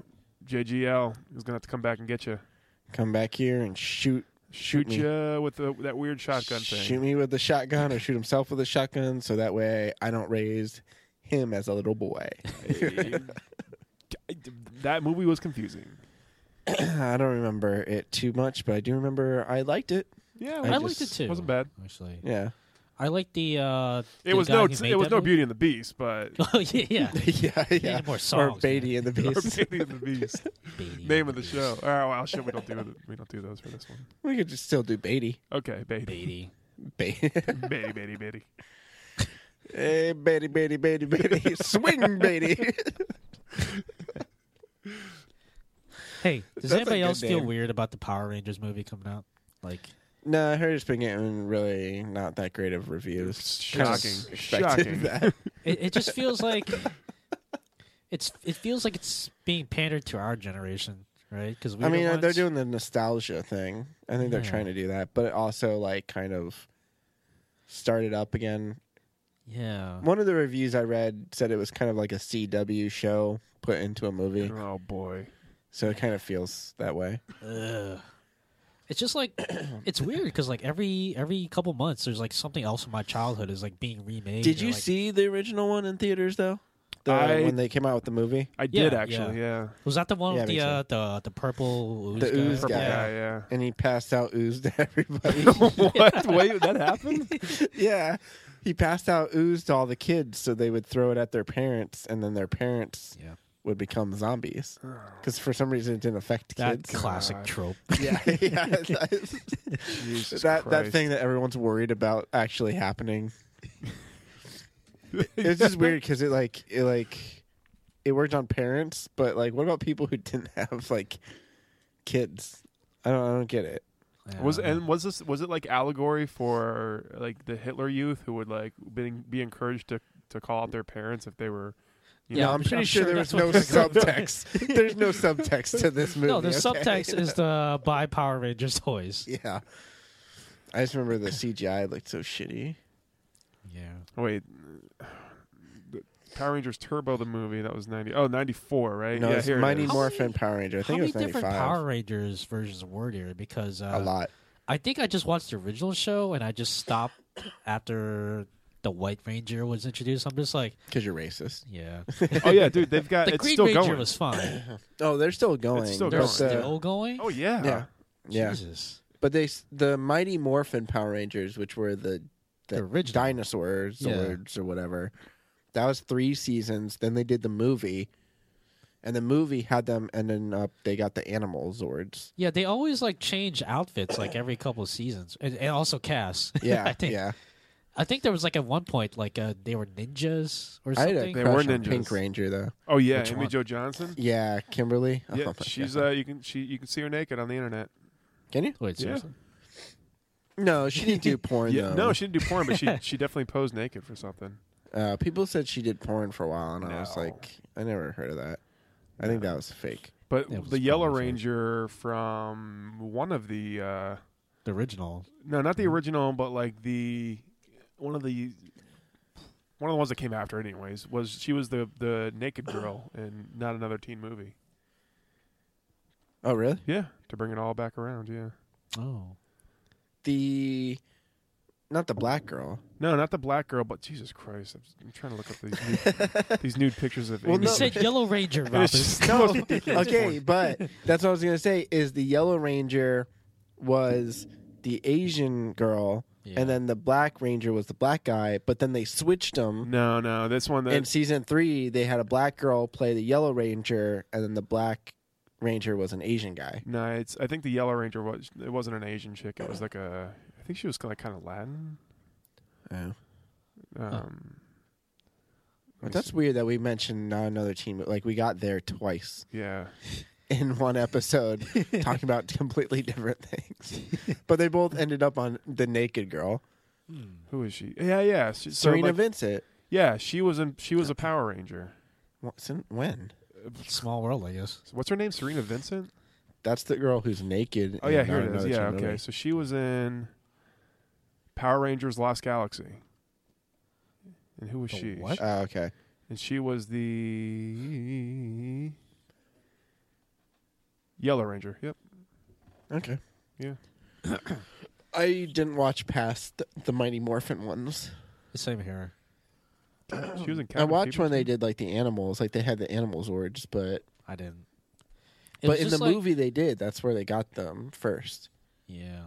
Speaker 2: JGL is gonna have to come back and get you.
Speaker 1: come back here and shoot.
Speaker 2: Shoot,
Speaker 1: me.
Speaker 2: you with the, that weird shotgun thing.
Speaker 1: Shoot me with a shotgun or shoot himself with a shotgun so that way I don't raise him as a little boy.
Speaker 2: that movie was confusing.
Speaker 1: I don't remember it too much, but I do remember I liked it.
Speaker 2: Yeah,
Speaker 3: I,
Speaker 1: I
Speaker 3: liked it
Speaker 1: just-
Speaker 3: too.
Speaker 2: Wasn't bad.
Speaker 3: actually.
Speaker 1: Yeah.
Speaker 3: I like the. Uh,
Speaker 2: It
Speaker 3: the
Speaker 2: was
Speaker 3: guy
Speaker 2: no
Speaker 3: who
Speaker 2: it
Speaker 3: made
Speaker 2: was
Speaker 3: that
Speaker 2: no
Speaker 3: movie.
Speaker 2: Beauty and the Beast, but
Speaker 3: oh yeah, yeah.
Speaker 1: yeah, yeah.
Speaker 3: more
Speaker 1: or
Speaker 3: songs,
Speaker 1: Beatty
Speaker 3: man.
Speaker 1: and the Beast.
Speaker 2: Beauty and the Beast.
Speaker 3: Beatty
Speaker 2: Name
Speaker 3: and
Speaker 2: of the
Speaker 3: Beast.
Speaker 2: show. Oh well, shit, we don't do th- we don't do those for this one.
Speaker 1: we could just still do Beatty.
Speaker 2: Okay, baby,
Speaker 3: Beatty.
Speaker 1: Beatty.
Speaker 2: baby, baby, baby.
Speaker 1: Hey, Betty, Betty, Betty, Betty, swing, Betty.
Speaker 3: Hey, does
Speaker 1: That's a
Speaker 3: anybody
Speaker 1: good
Speaker 3: else feel
Speaker 1: name.
Speaker 3: weird about the Power Rangers movie coming out? Like,
Speaker 1: no, I heard it's been getting really not that great of reviews. Kinda
Speaker 2: Shocking.
Speaker 1: expected
Speaker 2: Shocking.
Speaker 1: That.
Speaker 3: it, it just feels like it's. It feels like it's being pandered to our generation, right? Because
Speaker 1: I
Speaker 2: uh,
Speaker 1: mean, uh, they're doing the nostalgia thing. I think they're
Speaker 3: Yeah.
Speaker 1: trying to do that, but it also like kind of started up again.
Speaker 3: Yeah.
Speaker 1: One of the reviews I read said it was kind of like a CW show put into a movie,
Speaker 2: Oh boy.
Speaker 1: so it kind of feels that way.
Speaker 3: Ugh. It's just like it's weird because like every every couple months there's like something else from my childhood is like being remade.
Speaker 1: Did
Speaker 3: or,
Speaker 1: you
Speaker 3: like-
Speaker 1: see the original one in theaters though? The,
Speaker 2: I-
Speaker 1: when they came out with the movie,
Speaker 2: I did
Speaker 3: Yeah,
Speaker 2: actually, yeah.
Speaker 3: Was that the one
Speaker 1: Yeah,
Speaker 3: with
Speaker 1: me
Speaker 3: the
Speaker 1: too.
Speaker 3: uh, the the purple ooze
Speaker 1: The
Speaker 3: guy?
Speaker 1: ooze
Speaker 2: Purple
Speaker 1: Yeah.
Speaker 2: guy, yeah.
Speaker 1: and he passed out ooze to everybody.
Speaker 2: what? Wait, that happened?
Speaker 1: yeah. He passed out ooze to all the kids so they would throw it at their parents and then their parents
Speaker 3: Yeah.
Speaker 1: would become zombies. Because for some reason it didn't affect
Speaker 3: That
Speaker 1: kids.
Speaker 3: classic
Speaker 2: God.
Speaker 3: trope.
Speaker 1: yeah. yeah that,
Speaker 2: Jesus
Speaker 1: that, that
Speaker 2: Christ.
Speaker 1: thing that everyone's worried about actually happening. It's just weird because it like it like it worked on parents, but like what about people who didn't have like kids? I don't I don't get it.
Speaker 3: Yeah.
Speaker 2: Was
Speaker 1: Um,
Speaker 2: and was this was it like allegory for like the Hitler youth who would like being be encouraged to to call out their parents if they were you
Speaker 3: Yeah,
Speaker 2: know,
Speaker 1: I'm,
Speaker 3: I'm su-
Speaker 1: pretty
Speaker 3: I'm
Speaker 1: sure,
Speaker 3: sure
Speaker 1: there
Speaker 3: that's
Speaker 1: was no
Speaker 3: what they're going-
Speaker 1: subtext. There's no subtext to this movie.
Speaker 3: no, the
Speaker 1: okay?
Speaker 3: subtext is the buy Power Rangers toys.
Speaker 1: Yeah. I just remember the CGI looked so shitty.
Speaker 3: Yeah.
Speaker 2: oh, wait the Power Rangers Turbo the movie that was 90 oh 94 right
Speaker 1: No,
Speaker 2: yeah
Speaker 1: it's
Speaker 2: here it
Speaker 1: Mighty
Speaker 2: is.
Speaker 3: How
Speaker 1: Morphin
Speaker 3: many-
Speaker 1: Power Ranger. I
Speaker 3: How
Speaker 1: think it
Speaker 3: many
Speaker 1: was
Speaker 3: different
Speaker 1: 95.
Speaker 3: Power Rangers versions were there? Because uh,
Speaker 1: A lot.
Speaker 3: I think I just watched the original show and I just stopped after the White Ranger was introduced. I'm just like,
Speaker 1: because you're racist.
Speaker 3: yeah.
Speaker 2: oh yeah, dude, they've got
Speaker 3: The
Speaker 2: it's
Speaker 3: Green
Speaker 2: still
Speaker 3: Ranger
Speaker 2: going.
Speaker 3: was fine.
Speaker 1: Oh, they're still going.
Speaker 2: still
Speaker 1: but
Speaker 3: They're
Speaker 1: uh,
Speaker 2: going.
Speaker 1: the-
Speaker 3: still going.
Speaker 2: oh yeah.
Speaker 1: uh, yeah, yeah.
Speaker 3: Jesus.
Speaker 1: But they s- the Mighty Morphin Power Rangers, which were the the,
Speaker 3: The original.
Speaker 1: dinosaur
Speaker 3: Yeah.
Speaker 1: zords or whatever, that was three seasons. Then they did the movie, and the movie had them, and then up they got the animal zords.
Speaker 3: Yeah, they always like change outfits like every couple of seasons, and, and also casts.
Speaker 1: Yeah,
Speaker 3: I think
Speaker 1: yeah.
Speaker 3: I think there was like at one point like uh, they were ninjas or
Speaker 1: I had
Speaker 3: something.
Speaker 1: a
Speaker 2: They
Speaker 1: crush
Speaker 2: were
Speaker 1: on Pink
Speaker 2: ninjas.
Speaker 1: Ranger though.
Speaker 2: Oh yeah,
Speaker 3: Which
Speaker 2: Amy
Speaker 3: one?
Speaker 2: Jo Johnson.
Speaker 1: Yeah, Kimberly. Oh,
Speaker 2: Yeah,
Speaker 1: my
Speaker 2: she's
Speaker 1: God.
Speaker 2: uh, you can she you can see her naked on the internet.
Speaker 1: Can you?
Speaker 3: Wait,
Speaker 2: Yeah.
Speaker 3: seriously?
Speaker 1: No, she didn't do porn
Speaker 2: Yeah,
Speaker 1: though.
Speaker 2: no, she didn't do porn, but she she definitely posed naked for something.
Speaker 1: Uh, people said she did porn for a while, and I was
Speaker 2: No.
Speaker 1: like, I never heard of that. I think that was fake.
Speaker 2: But
Speaker 3: That was
Speaker 2: the Yellow
Speaker 3: probably fake.
Speaker 2: Ranger from one of the uh,
Speaker 3: The original.
Speaker 2: no, not the original, but like the one of the one of the ones that came after, anyways, was she was the the naked girl in not another teen movie.
Speaker 1: Oh, really?
Speaker 2: Yeah, to bring it all back around. Yeah,
Speaker 3: Oh,
Speaker 1: The not the black girl.
Speaker 2: no, not the black girl, but Jesus Christ, I'm, I'm trying to look up these new, these nude pictures of.
Speaker 1: Well,
Speaker 2: Amy
Speaker 3: you
Speaker 1: no.
Speaker 2: Jo-
Speaker 3: said Yellow Ranger,
Speaker 2: And
Speaker 3: Robert.
Speaker 2: it's just the most
Speaker 1: No,
Speaker 2: ridiculous
Speaker 1: okay,
Speaker 2: porn.
Speaker 1: but that's what I was gonna say. Is the Yellow Ranger was the Asian girl,
Speaker 3: Yeah.
Speaker 1: and then the Black Ranger was the black guy. But then they switched them.
Speaker 2: No, no, this one that
Speaker 1: In season three, they had a black girl play the Yellow Ranger, and then the Black Ranger was an Asian guy.
Speaker 2: No, it's. I think the Yellow Ranger was. It wasn't an Asian chick. It was like a. I think she was like kind of Latin.
Speaker 1: Oh.
Speaker 2: Um,
Speaker 1: But that's weird that we mentioned not another team. but, Like we got there twice
Speaker 2: yeah.
Speaker 1: in one episode, talking about completely different things. But they both ended up on the Naked Girl,
Speaker 2: Who is she? Yeah, yeah. She, so,
Speaker 1: Serena
Speaker 2: like,
Speaker 1: Vincent.
Speaker 2: Yeah, she was. In, she was a Power Ranger.
Speaker 1: What- sin- When?
Speaker 3: Small world, I guess.
Speaker 2: So what's her name? Serena Vincent.
Speaker 1: That's the girl who's naked.
Speaker 2: Oh
Speaker 1: in
Speaker 2: yeah, here it
Speaker 1: Not
Speaker 2: is.
Speaker 1: Another
Speaker 2: Yeah,
Speaker 1: Teen
Speaker 2: okay.
Speaker 1: Movie.
Speaker 2: So she was in Power Rangers Lost Galaxy. And who was
Speaker 3: The
Speaker 2: she?
Speaker 3: what?
Speaker 1: Oh, okay.
Speaker 2: And she was the Yellow Ranger. Yep.
Speaker 1: Okay.
Speaker 2: Yeah.
Speaker 1: I didn't watch past the Mighty Morphin ones.
Speaker 3: Same here.
Speaker 2: She was in.
Speaker 1: I
Speaker 2: Captain
Speaker 1: watched when
Speaker 2: Fever,
Speaker 1: they
Speaker 2: too.
Speaker 1: did like the animals, like they had the animal zords, but
Speaker 3: I didn't. It
Speaker 1: but
Speaker 3: was
Speaker 1: in the
Speaker 3: just like-
Speaker 1: movie they did. That's where they got them first.
Speaker 3: Yeah.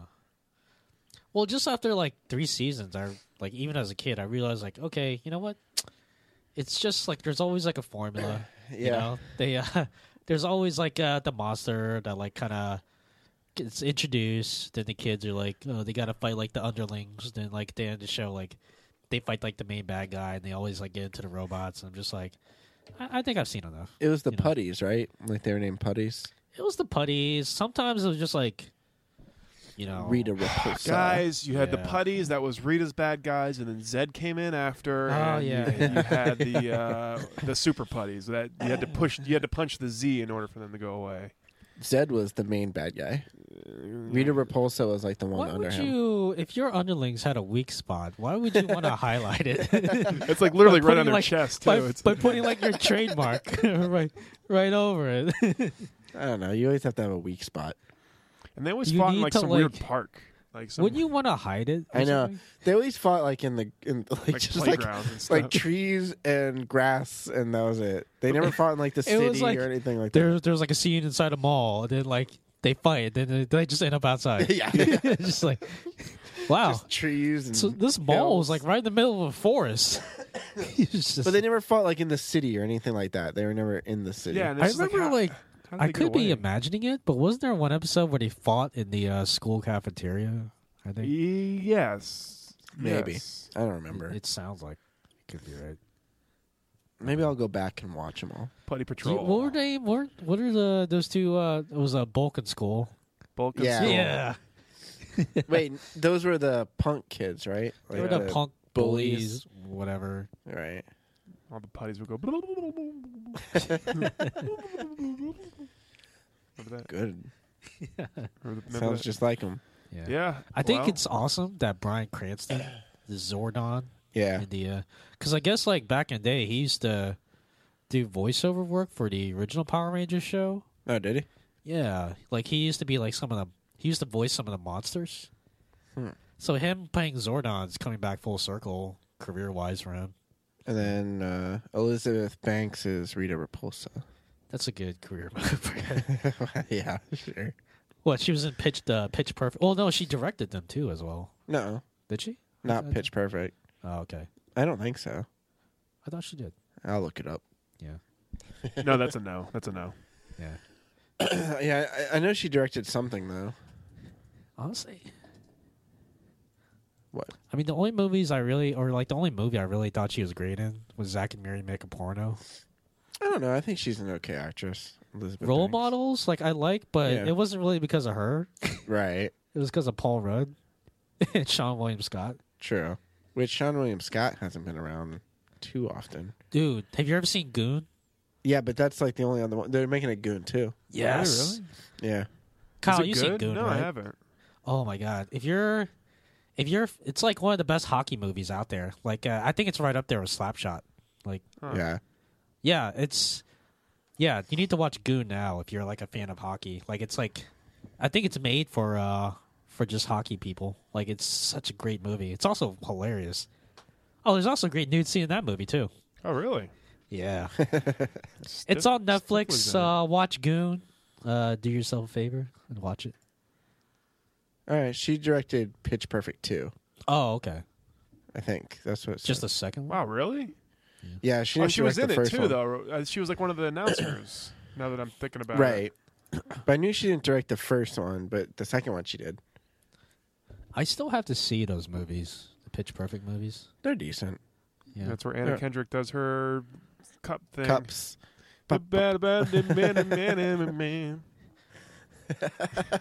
Speaker 3: Well, just after like three seasons, I like even as a kid, I realized like, okay, you know what? It's just like there's always like a formula. You
Speaker 1: Yeah.
Speaker 3: know? They uh, there's always like uh, the monster that like kind of gets introduced. Then the kids are like, oh, they gotta fight like the underlings. Then like they end the show like they fight like the main bad guy, and they always like get into the robots. And I'm just like, I, I think I've seen enough.
Speaker 1: It was the
Speaker 3: You know.
Speaker 1: putties, right? Like they were named putties.
Speaker 3: It was the putties. Sometimes it was just like, you know,
Speaker 1: Rita Repulsa.
Speaker 2: guys. You had the
Speaker 3: Yeah.
Speaker 2: putties. That was Rita's bad guys, and then Zed came in after.
Speaker 3: Oh,
Speaker 2: and
Speaker 3: yeah.
Speaker 2: You, you had the uh, the super putties that you had to push. You had to punch the Z in order for them to go away.
Speaker 1: Zed was the main bad guy. Rita Repulsa was like the one
Speaker 3: Why
Speaker 1: under
Speaker 3: would
Speaker 1: him.
Speaker 3: you, if your underlings had a weak spot, why would you want to highlight it?
Speaker 2: It's like literally
Speaker 3: By
Speaker 2: right
Speaker 3: putting,
Speaker 2: on their
Speaker 3: like-
Speaker 2: chest too.
Speaker 3: by,
Speaker 2: It's-
Speaker 3: by putting like your trademark right, right over it.
Speaker 1: I don't know. You always have to have a weak spot.
Speaker 2: and they always
Speaker 3: you
Speaker 2: fought in
Speaker 3: need
Speaker 2: like
Speaker 3: to,
Speaker 2: some weird
Speaker 3: like-
Speaker 2: park, like some
Speaker 3: Wouldn't you want to hide it? or
Speaker 1: I know.
Speaker 3: something?
Speaker 1: They always fought like in the in like,
Speaker 2: like
Speaker 1: just like
Speaker 2: playgrounds and stuff.
Speaker 1: like trees and grass and that was it. They never fought in like the
Speaker 3: It was
Speaker 1: city
Speaker 3: like-
Speaker 1: or anything like that.
Speaker 3: There, there's like a scene inside a mall, and then like they fight, then they- they just end up outside.
Speaker 1: Yeah.
Speaker 3: It's just like wow.
Speaker 1: Just trees and
Speaker 3: so this mall was
Speaker 1: hills.
Speaker 3: like right in the middle of a forest. It's just-
Speaker 1: But they never fought like in the city or anything like that. They were never in the city.
Speaker 2: yeah, and
Speaker 3: I
Speaker 2: it's just
Speaker 3: remember
Speaker 2: how-
Speaker 3: like.
Speaker 2: how did
Speaker 3: I
Speaker 2: they get
Speaker 3: could be
Speaker 2: away?
Speaker 3: imagining it, but wasn't there one episode where they fought in the uh, school cafeteria? I think
Speaker 2: Yes,
Speaker 1: Maybe.
Speaker 2: Yes.
Speaker 1: I don't remember.
Speaker 3: It sounds like it could be right.
Speaker 1: Maybe I'll go back and watch them all.
Speaker 2: Putty
Speaker 3: Do you-
Speaker 2: Patrol.
Speaker 3: what were they? What, what are the those two? Uh, it was a Bulk and School.
Speaker 2: Bulk of
Speaker 1: Yeah.
Speaker 2: Skull.
Speaker 1: Wait, those were the punk kids, right?
Speaker 3: they were
Speaker 1: Like
Speaker 3: the punk
Speaker 1: bullies.
Speaker 3: bullies, whatever.
Speaker 1: Right.
Speaker 2: All the putties would go. remember that?
Speaker 1: Good.
Speaker 2: Remember the- remember
Speaker 1: Sounds
Speaker 2: that?
Speaker 1: just like them.
Speaker 3: Yeah,
Speaker 2: Yeah,
Speaker 3: I think
Speaker 2: well.
Speaker 3: it's awesome that Brian Cranston, the Zordon,
Speaker 1: Yeah.
Speaker 3: in the because I guess like back in the day he used to do voiceover work for the original Power Rangers show.
Speaker 1: Oh, did he?
Speaker 3: Yeah, like he used to be like some of the he Hmm. used to voice some of the monsters. So him playing Zordon's coming back full circle career wise for him.
Speaker 1: And then uh, Elizabeth Banks is Rita Repulsa.
Speaker 3: That's a good career move.
Speaker 1: yeah, sure.
Speaker 3: what she was in Pitch uh, Pitch Perfect? Well, no, she directed them too as well.
Speaker 1: No,
Speaker 3: Did she?
Speaker 1: not Pitch Perfect.
Speaker 3: Oh, okay.
Speaker 1: I don't think so.
Speaker 3: I thought she did.
Speaker 1: I'll look it up.
Speaker 3: Yeah,
Speaker 2: No, that's a no. That's a no.
Speaker 3: yeah.
Speaker 1: yeah, I, I know she directed something though.
Speaker 3: Honestly,
Speaker 1: What?
Speaker 3: I mean, the only movies I really, or like the only movie I really thought she was great in was Zack and Mary Make a Porno.
Speaker 1: I don't know. I think she's an okay actress. Elizabeth
Speaker 3: Role
Speaker 1: Banks.
Speaker 3: models, like I like, but
Speaker 1: Yeah.
Speaker 3: it wasn't really because of her.
Speaker 1: Right.
Speaker 3: It was because of Paul Rudd and Sean William Scott.
Speaker 1: True. Which Sean William Scott hasn't been around too often.
Speaker 3: Dude, have you ever seen Goon?
Speaker 1: Yeah, but that's like the only other one. They're making a goon too.
Speaker 2: really?
Speaker 1: Yeah.
Speaker 3: Kyle,
Speaker 2: Is it
Speaker 3: you seen
Speaker 2: good?
Speaker 3: Goon?
Speaker 2: No,
Speaker 3: right?
Speaker 2: I haven't.
Speaker 3: Oh my god! If you're, if you're, it's like one of the best hockey movies out there. Like uh, I think it's right up there with Slapshot. Like
Speaker 1: Yeah.
Speaker 3: yeah, it's yeah. You need to watch Goon now if you're like a fan of hockey. Like it's like, I think it's made for uh for just hockey people. Like it's such a great movie. It's also hilarious. Oh, there's also a great nude scene in that movie too.
Speaker 2: Oh, really?
Speaker 3: Yeah, it's on Netflix.
Speaker 2: in it.
Speaker 3: Uh, watch Goon. Uh, do yourself a favor and watch it.
Speaker 1: All right. She directed Pitch Perfect too.
Speaker 3: Oh, okay.
Speaker 1: I think that's what. It
Speaker 3: Just
Speaker 1: said.
Speaker 3: the second one.
Speaker 2: Wow, really?
Speaker 1: yeah. She,
Speaker 2: Oh,
Speaker 1: didn't
Speaker 2: she was
Speaker 1: direct
Speaker 2: in
Speaker 1: the
Speaker 2: it
Speaker 1: first
Speaker 2: too,
Speaker 1: one.
Speaker 2: though. Uh, She was like one of the announcers. now that I'm thinking about
Speaker 1: Right.
Speaker 2: it,
Speaker 1: But I knew she didn't direct the first one, but the second one she did.
Speaker 3: I still have to see those movies, the Pitch Perfect movies.
Speaker 1: They're decent.
Speaker 3: Yeah.
Speaker 2: That's where Anna
Speaker 1: Yeah.
Speaker 2: Kendrick does her cup thing.
Speaker 1: Cups.
Speaker 2: Ba- ba- ba- da- man- man- man- man- man.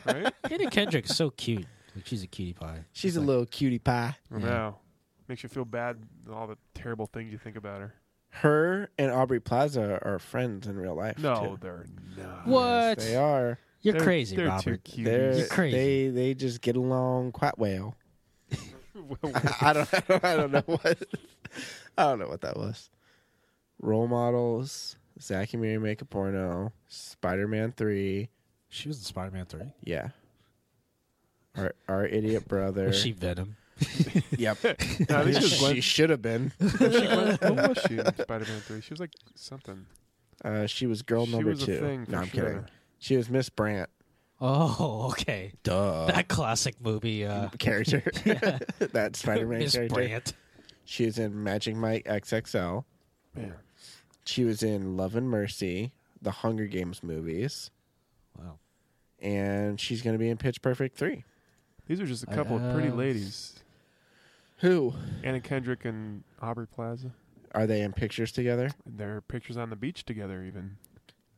Speaker 2: Right?
Speaker 3: Anna Kendrick's so cute. Like she's a cutie pie.
Speaker 1: She's a little cutie pie.
Speaker 2: I know. Makes you feel bad and all the terrible things you think about her.
Speaker 1: Her and Aubrey Plaza are friends in real life.
Speaker 2: No,
Speaker 1: too.
Speaker 2: they're not.
Speaker 3: What?
Speaker 1: Yes, they are.
Speaker 3: You're
Speaker 2: They're-
Speaker 3: crazy,
Speaker 2: they're
Speaker 3: Robert.
Speaker 2: too cute.
Speaker 1: They're,
Speaker 3: You're crazy.
Speaker 1: They they just get along quite well. I don't, I don't I don't know what I don't know what that was. Role models, Zack and Mary make a porno, Spider Man three,
Speaker 3: She was in Spider Man Three.
Speaker 1: yeah. Our our idiot brother.
Speaker 3: Was she Venom?
Speaker 1: yep.
Speaker 2: No, I think she was Gwen.
Speaker 1: she should have been.
Speaker 2: was she Gwen- What was she in Spider-Man 3? She was like something.
Speaker 1: Uh, she was girl
Speaker 2: She
Speaker 1: number
Speaker 2: was a
Speaker 1: two.
Speaker 2: thing for
Speaker 1: no, I'm
Speaker 2: sure.
Speaker 1: kidding. She was Miss Brandt.
Speaker 3: Oh, okay.
Speaker 1: Duh.
Speaker 3: That classic movie, uh,
Speaker 1: character. that Spider Man
Speaker 3: Miss
Speaker 1: character.
Speaker 3: Brandt.
Speaker 1: She was in Magic Mike XXL.
Speaker 2: Man.
Speaker 1: She was in Love and Mercy, the Hunger Games movies,
Speaker 3: Wow.
Speaker 1: and she's going to be in Pitch Perfect 3.
Speaker 2: These are just a couple of pretty
Speaker 3: Uh,
Speaker 2: ladies.
Speaker 1: Who?
Speaker 2: Anna Kendrick and Aubrey Plaza.
Speaker 1: Are they in pictures together?
Speaker 2: Their pictures on the beach together, even.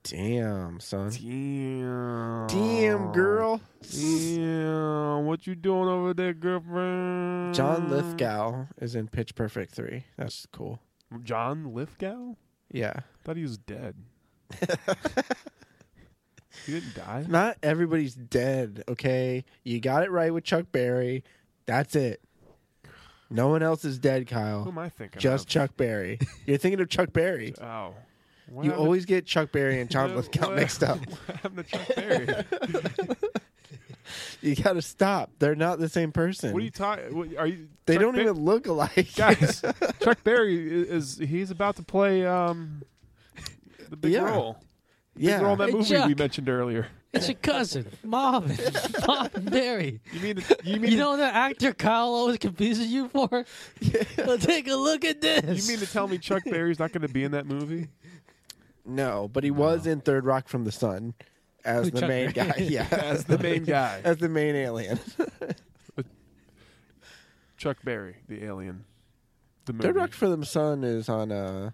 Speaker 1: Damn, son.
Speaker 2: Damn.
Speaker 1: Damn, girl. Mm.
Speaker 2: Damn. What you doing over there, girlfriend?
Speaker 1: John Lithgow is in Pitch Perfect 3. That's cool.
Speaker 2: John Lithgow?
Speaker 1: Yeah.
Speaker 2: Thought he was dead. he didn't die.
Speaker 1: Not everybody's dead, okay? You got it right with Chuck Berry. That's it. No one else is dead,
Speaker 2: Who
Speaker 1: Kyle.
Speaker 2: am I thinking?
Speaker 1: Just
Speaker 2: of?
Speaker 1: Chuck Berry. You're thinking of Oh Chuck Berry.
Speaker 2: Oh. What
Speaker 1: You
Speaker 2: happened-
Speaker 1: always get Chuck Berry and John
Speaker 2: what-
Speaker 1: Lithgow mixed up.
Speaker 2: What happened to Chuck Berry?
Speaker 1: You gotta stop. They're not the same person.
Speaker 2: what are you talking? Are you?
Speaker 1: they
Speaker 2: Chuck
Speaker 1: don't
Speaker 2: Ber-
Speaker 1: even look alike.
Speaker 2: guys. Chuck Berry i- is he's about to play um the big
Speaker 1: Yeah.
Speaker 2: role. Big
Speaker 1: yeah.
Speaker 2: role in that
Speaker 3: Hey,
Speaker 2: movie we
Speaker 3: Chuck.
Speaker 2: mentioned earlier.
Speaker 3: It's your cousin, Mom, and Mom and Barry.
Speaker 2: You mean you mean
Speaker 3: You know that actor Kyle always confuses you for? Well, take a look at
Speaker 2: you
Speaker 3: this.
Speaker 2: mean to tell me Chuck Berry's not going to be in that movie?
Speaker 1: no, but he was in Third Rock from the Sun as
Speaker 3: Who,
Speaker 1: the
Speaker 3: Chuck
Speaker 1: main
Speaker 3: Berry?
Speaker 1: guy. Yeah, as
Speaker 2: The main guy,
Speaker 1: as the main alien.
Speaker 2: Chuck Berry, the alien, the movie.
Speaker 1: Third Rock from the Sun is on uh,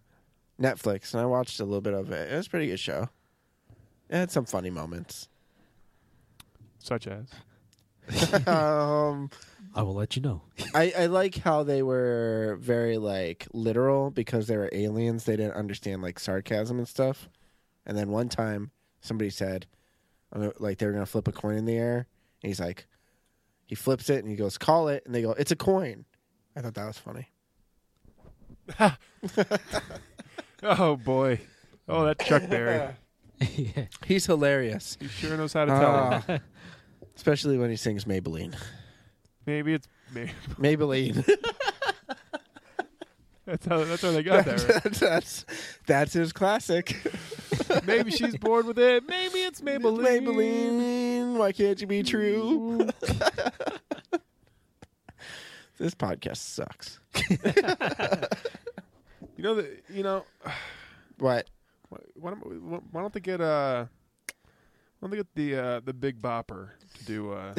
Speaker 1: Netflix, and I watched a little bit of it. It was a pretty good show. It had some funny moments.
Speaker 2: Such as
Speaker 1: um,
Speaker 3: I will let you know.
Speaker 1: I, I like how they were very like literal because they were aliens. They didn't understand like sarcasm and stuff. And then one time somebody said, I'm gonna- like they were gonna flip a coin in the air, and he's like, he flips it and he goes, "Call it," and they go, "It's a coin." I thought that was funny.
Speaker 2: oh boy, oh that Chuck Berry,
Speaker 3: yeah.
Speaker 1: He's hilarious,
Speaker 2: he sure knows how to tell.
Speaker 1: Ah.
Speaker 2: him. Ah.
Speaker 1: especially when he sings Maybelline.
Speaker 2: Maybe it's maybe
Speaker 1: Maybelline.
Speaker 2: That's how. That's how they got there.
Speaker 1: that's that's his classic.
Speaker 2: Maybe she's bored with it. Maybe it's Maybelline.
Speaker 1: Maybelline, why can't you be true?
Speaker 2: Ooh.
Speaker 1: This podcast sucks.
Speaker 2: You know the. You know.
Speaker 1: What?
Speaker 2: Why, why don't we- why why don't they get uh why don't they get the uh, the Big Bopper to do uh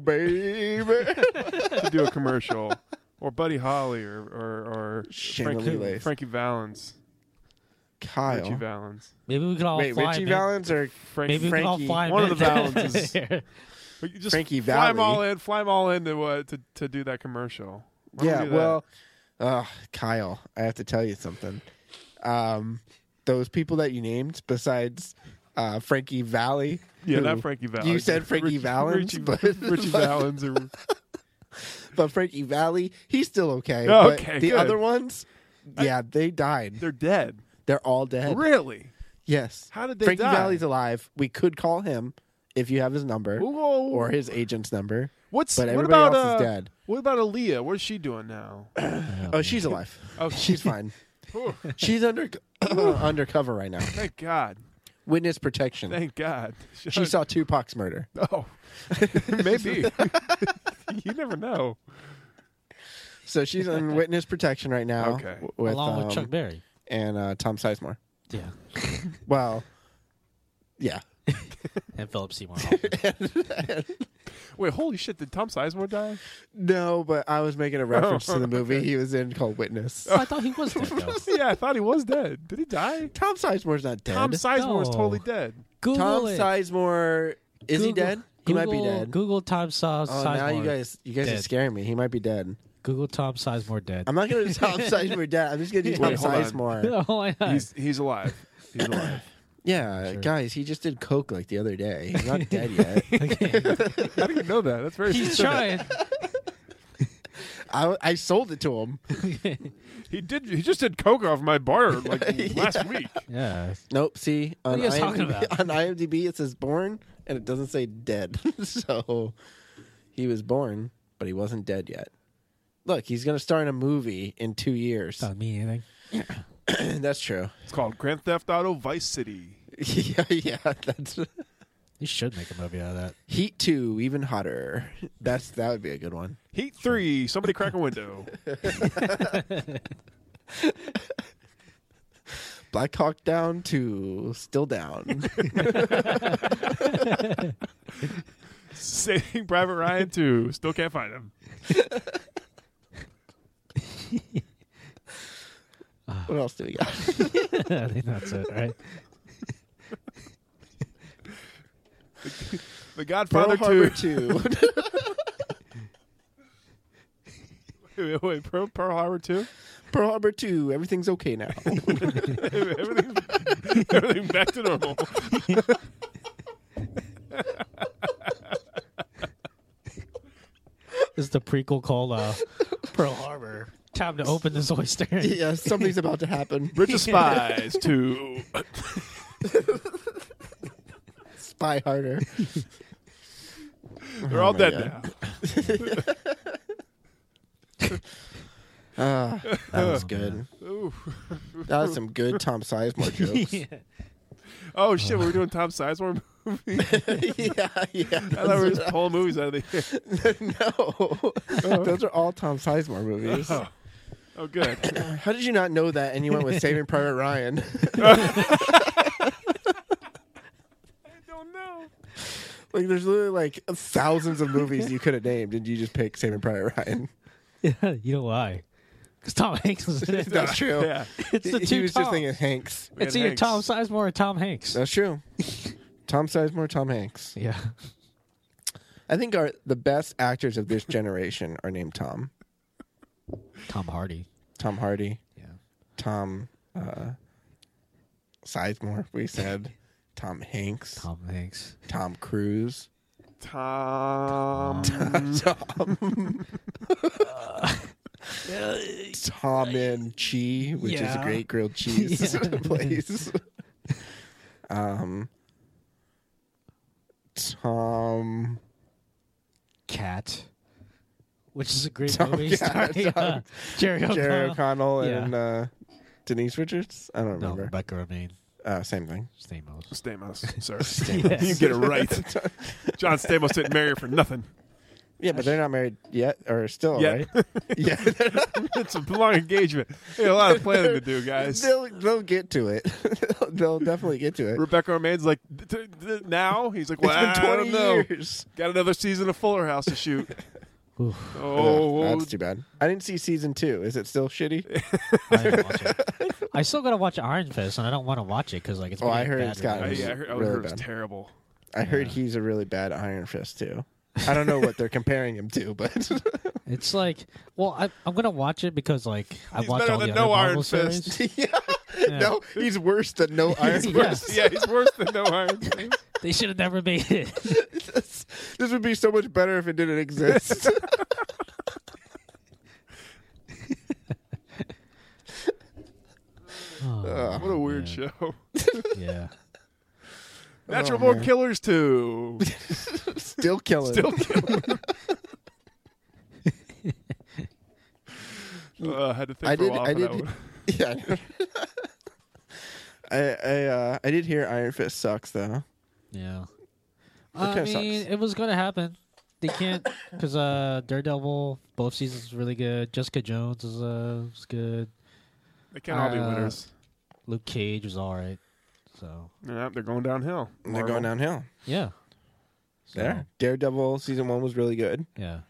Speaker 1: baby.
Speaker 2: to do a commercial or Buddy Holly or or, or
Speaker 1: Chandelier
Speaker 2: Frankie,
Speaker 1: Lace.
Speaker 2: Frankie Valens, Richie
Speaker 1: Kyle.
Speaker 2: Valens.
Speaker 3: Maybe we could all
Speaker 1: Wait,
Speaker 3: fly.
Speaker 1: Richie
Speaker 3: man.
Speaker 1: Valens or
Speaker 2: Frankie,
Speaker 3: Maybe we could all
Speaker 1: Frankie.
Speaker 3: fly.
Speaker 2: One of
Speaker 3: man.
Speaker 2: the Valens is-
Speaker 3: Here.
Speaker 2: But you just
Speaker 1: Frankie
Speaker 2: fly them
Speaker 1: Valli.
Speaker 2: all in, fly them all in to uh, to to do that commercial. Why don't
Speaker 1: Yeah,
Speaker 2: we do that?
Speaker 1: well, uh, Kyle, I have to tell you something. Um, those people that you named, besides uh, Frankie Valley,
Speaker 2: yeah,
Speaker 1: who-
Speaker 2: not Frankie Valens.
Speaker 1: You said Frankie
Speaker 2: Richie-
Speaker 1: Valens,
Speaker 2: Richie,
Speaker 1: but,
Speaker 2: Richie Valens, or
Speaker 1: but Frankie Valley, he's still okay.
Speaker 2: Oh,
Speaker 1: but
Speaker 2: okay,
Speaker 1: the
Speaker 2: good.
Speaker 1: other ones, yeah, they died.
Speaker 2: they're dead.
Speaker 1: They're all dead.
Speaker 2: Really?
Speaker 1: Yes.
Speaker 2: How did they
Speaker 1: Frankie
Speaker 2: die?
Speaker 1: Valley's alive. We could call him if you have his number
Speaker 2: Whoa.
Speaker 1: or his agent's number.
Speaker 2: What's
Speaker 1: but
Speaker 2: what
Speaker 1: everybody
Speaker 2: about
Speaker 1: else is
Speaker 2: uh,
Speaker 1: dead.
Speaker 2: What about Aaliyah? What's she doing now?
Speaker 1: Oh, she's alive.
Speaker 2: Oh.
Speaker 1: she's fine.
Speaker 2: Whew.
Speaker 1: She's under undercover right now.
Speaker 2: Thank God.
Speaker 1: Witness protection.
Speaker 2: Thank God.
Speaker 1: She saw Tupac's murder.
Speaker 2: Oh, maybe. you never know.
Speaker 1: So she's in witness protection right now.
Speaker 2: Okay.
Speaker 1: w- With,
Speaker 3: Along
Speaker 1: um,
Speaker 3: with Chuck Berry.
Speaker 1: and uh, Tom Sizemore.
Speaker 3: Yeah.
Speaker 1: Well, yeah.
Speaker 3: And Philip Seymour Hoffman.
Speaker 2: Wait, holy shit! Did Tom Sizemore die?
Speaker 1: No, but I was making a reference to the movie he was in called Witness.
Speaker 3: I thought he was dead, though.
Speaker 2: yeah, I thought he was dead. Did he die?
Speaker 1: Tom Sizemore's not dead.
Speaker 2: Tom Sizemore is
Speaker 3: No.
Speaker 2: totally dead.
Speaker 3: Google
Speaker 1: Tom
Speaker 3: it.
Speaker 1: Sizemore is he
Speaker 3: Google-
Speaker 1: dead? He might be
Speaker 3: Google-
Speaker 1: dead.
Speaker 3: Google Tom Sa-
Speaker 1: oh,
Speaker 3: Sizemore.
Speaker 1: now you guys, you guys are
Speaker 3: dead.
Speaker 1: scaring me. He might be dead.
Speaker 3: Google Tom Sizemore dead.
Speaker 1: I'm not gonna do Tom Sizemore dead. I'm just gonna do Tom
Speaker 2: Wait, hold on.
Speaker 1: Sizemore.
Speaker 3: Why not?
Speaker 2: He's he's alive. He's alive.
Speaker 1: Yeah, guys, he just did coke like the other day. He's not dead yet.
Speaker 2: How do you know that? That's very.
Speaker 3: He's
Speaker 2: specific.
Speaker 3: trying.
Speaker 1: I, I sold it to him.
Speaker 2: He did. He just did coke off my bar like last week.
Speaker 3: yeah.
Speaker 1: Nope. See,
Speaker 3: are
Speaker 1: on,
Speaker 3: you guys
Speaker 1: IMDb,
Speaker 3: talking about?
Speaker 1: on IMDb it says born and it doesn't say dead. so he was born, but he wasn't dead yet. Look, he's gonna star in a movie in two years.
Speaker 3: Not me anything.
Speaker 1: That's true.
Speaker 2: It's called Grand Theft Auto Vice City.
Speaker 1: yeah, yeah. That's
Speaker 3: He should make a movie out of that.
Speaker 1: Heat Two, even hotter. That's that would be a good one.
Speaker 2: Heat three. Somebody crack a window.
Speaker 1: Black Hawk Down Two, still down.
Speaker 2: Saving Private Ryan two. Still can't find him.
Speaker 1: what else do we got?
Speaker 3: I think that's it, right?
Speaker 2: The
Speaker 1: Pearl
Speaker 2: Godfather
Speaker 1: Harbor
Speaker 2: two.
Speaker 1: Two.
Speaker 2: Wait, wait, Pearl, Pearl Harbor two.
Speaker 1: Pearl Harbor Two. Everything's okay now.
Speaker 2: everything, everything back to normal.
Speaker 3: This is the prequel called uh, Pearl Harbor. Time to open this oyster.
Speaker 1: yeah, something's about to happen.
Speaker 2: Bridge of Spies two.
Speaker 1: Spy harder.
Speaker 2: They're all
Speaker 1: my
Speaker 2: dead
Speaker 1: God.
Speaker 2: now.
Speaker 1: Ah, that was good.
Speaker 2: Ooh.
Speaker 1: That was some good Tom Sizemore jokes.
Speaker 3: Yeah.
Speaker 2: Oh shit, we were doing Tom Sizemore movies.
Speaker 1: yeah,
Speaker 2: I thought we were
Speaker 1: yeah.
Speaker 2: just pulling movies out of the air.
Speaker 1: no,
Speaker 3: Uh-huh.
Speaker 1: those are all Tom Sizemore movies.
Speaker 2: Oh. Oh, good.
Speaker 1: How did you not know that? And you went with Saving Private Ryan.
Speaker 2: I don't know.
Speaker 1: like, there's literally like thousands of movies you could have named, and you just picked Saving Private Ryan.
Speaker 3: Yeah, you know why? Because Tom Hanks was in it.
Speaker 1: That's true.
Speaker 2: Yeah.
Speaker 3: It's the
Speaker 1: he
Speaker 3: two
Speaker 1: was
Speaker 3: Toms.
Speaker 1: just thinking Hanks.
Speaker 2: We
Speaker 3: It's
Speaker 2: had
Speaker 3: either
Speaker 2: Hanks.
Speaker 3: Tom Sizemore or Tom Hanks.
Speaker 1: That's true. Tom Sizemore, Tom Hanks.
Speaker 3: yeah.
Speaker 1: I think our the best actors of this generation are named Tom,
Speaker 3: Tom Hardy.
Speaker 1: Tom Hardy,
Speaker 3: Yeah.
Speaker 1: Tom uh, Sizemore. We said Tom Hanks, Tom,
Speaker 3: Tom Hanks.
Speaker 1: Cruise.
Speaker 2: Tom.
Speaker 3: Uh,
Speaker 1: Tom. Tom and Chi, which is a
Speaker 3: Yeah.
Speaker 1: great grilled cheese place. Um, Tom.
Speaker 3: Cat. which is a great
Speaker 1: Oh,
Speaker 3: movie.
Speaker 1: yeah,
Speaker 3: starring,
Speaker 1: sorry.
Speaker 3: uh, Jerry O'Connell.
Speaker 1: Jerry O'Connell
Speaker 3: Yeah.
Speaker 1: and uh, Denise Richards. I don't
Speaker 3: No,
Speaker 1: remember.
Speaker 3: Rebecca Romaine.
Speaker 1: uh, same thing.
Speaker 3: Stamos.
Speaker 2: Stamos, sir.
Speaker 3: Stamos.
Speaker 2: You get it right. John Stamos didn't marry her for nothing.
Speaker 1: Yeah, but they're not married yet, or still,
Speaker 2: Yeah.
Speaker 1: right? yeah,
Speaker 2: it's a long engagement. They got a lot of planning to do, guys.
Speaker 1: they'll they'll get to it. they'll definitely get to it.
Speaker 2: Rebecca Romaine's like, "D- d- d- now? He's like,
Speaker 1: It's
Speaker 2: well,
Speaker 1: been
Speaker 2: I
Speaker 1: twenty
Speaker 2: don't know.
Speaker 1: years.
Speaker 2: Got another season of Fuller House to shoot.
Speaker 3: Oof.
Speaker 2: oh,
Speaker 1: Ugh, that's too bad. I didn't see season two. Is it still shitty?
Speaker 3: I, didn't watch it. I still gotta watch Iron Fist, and I don't want to watch it because like it's.
Speaker 1: Oh, I
Speaker 3: getting
Speaker 1: heard
Speaker 3: bad
Speaker 1: it's got-
Speaker 2: I,
Speaker 3: reviews.
Speaker 2: yeah, I heard, I
Speaker 1: Really
Speaker 2: heard it was
Speaker 1: bad.
Speaker 2: terrible.
Speaker 1: I heard he's a really bad Iron Fist too. I don't know what they're comparing him to, but
Speaker 3: It's like, well, I, I'm gonna watch it because like I
Speaker 2: He's
Speaker 3: watch
Speaker 2: better
Speaker 3: all the
Speaker 2: than
Speaker 3: other
Speaker 2: no
Speaker 3: Marvel
Speaker 2: Iron
Speaker 3: series.
Speaker 2: Fist.
Speaker 1: yeah. no, he's worse than no Iron
Speaker 3: Yeah.
Speaker 1: Fist.
Speaker 2: Yeah, he's worse than no Iron Fist.
Speaker 3: They should have never made it.
Speaker 1: this, this would be so much better if it didn't exist.
Speaker 3: Oh,
Speaker 2: What a weird
Speaker 1: Oh,
Speaker 2: show.
Speaker 3: yeah.
Speaker 2: Natural Born Killers 2.
Speaker 1: Still killing.
Speaker 2: Still killer. uh, I had to think
Speaker 1: I
Speaker 2: for
Speaker 1: did.
Speaker 2: a while
Speaker 1: I
Speaker 2: for that
Speaker 1: did.
Speaker 2: one.
Speaker 1: Yeah. I I uh, I did hear Iron Fist sucks though.
Speaker 3: Yeah.
Speaker 1: kinda
Speaker 3: I mean,
Speaker 1: sucks.
Speaker 3: it was gonna happen. They can't because uh, Daredevil both seasons was really good. Jessica Jones was uh, was good.
Speaker 2: They can't all be
Speaker 3: Uh,
Speaker 2: winners.
Speaker 3: Luke Cage was all right. So
Speaker 2: Yeah, they're going downhill.
Speaker 1: And They're going downhill.
Speaker 3: yeah. So,
Speaker 1: There. Daredevil season one was really good.
Speaker 3: Yeah.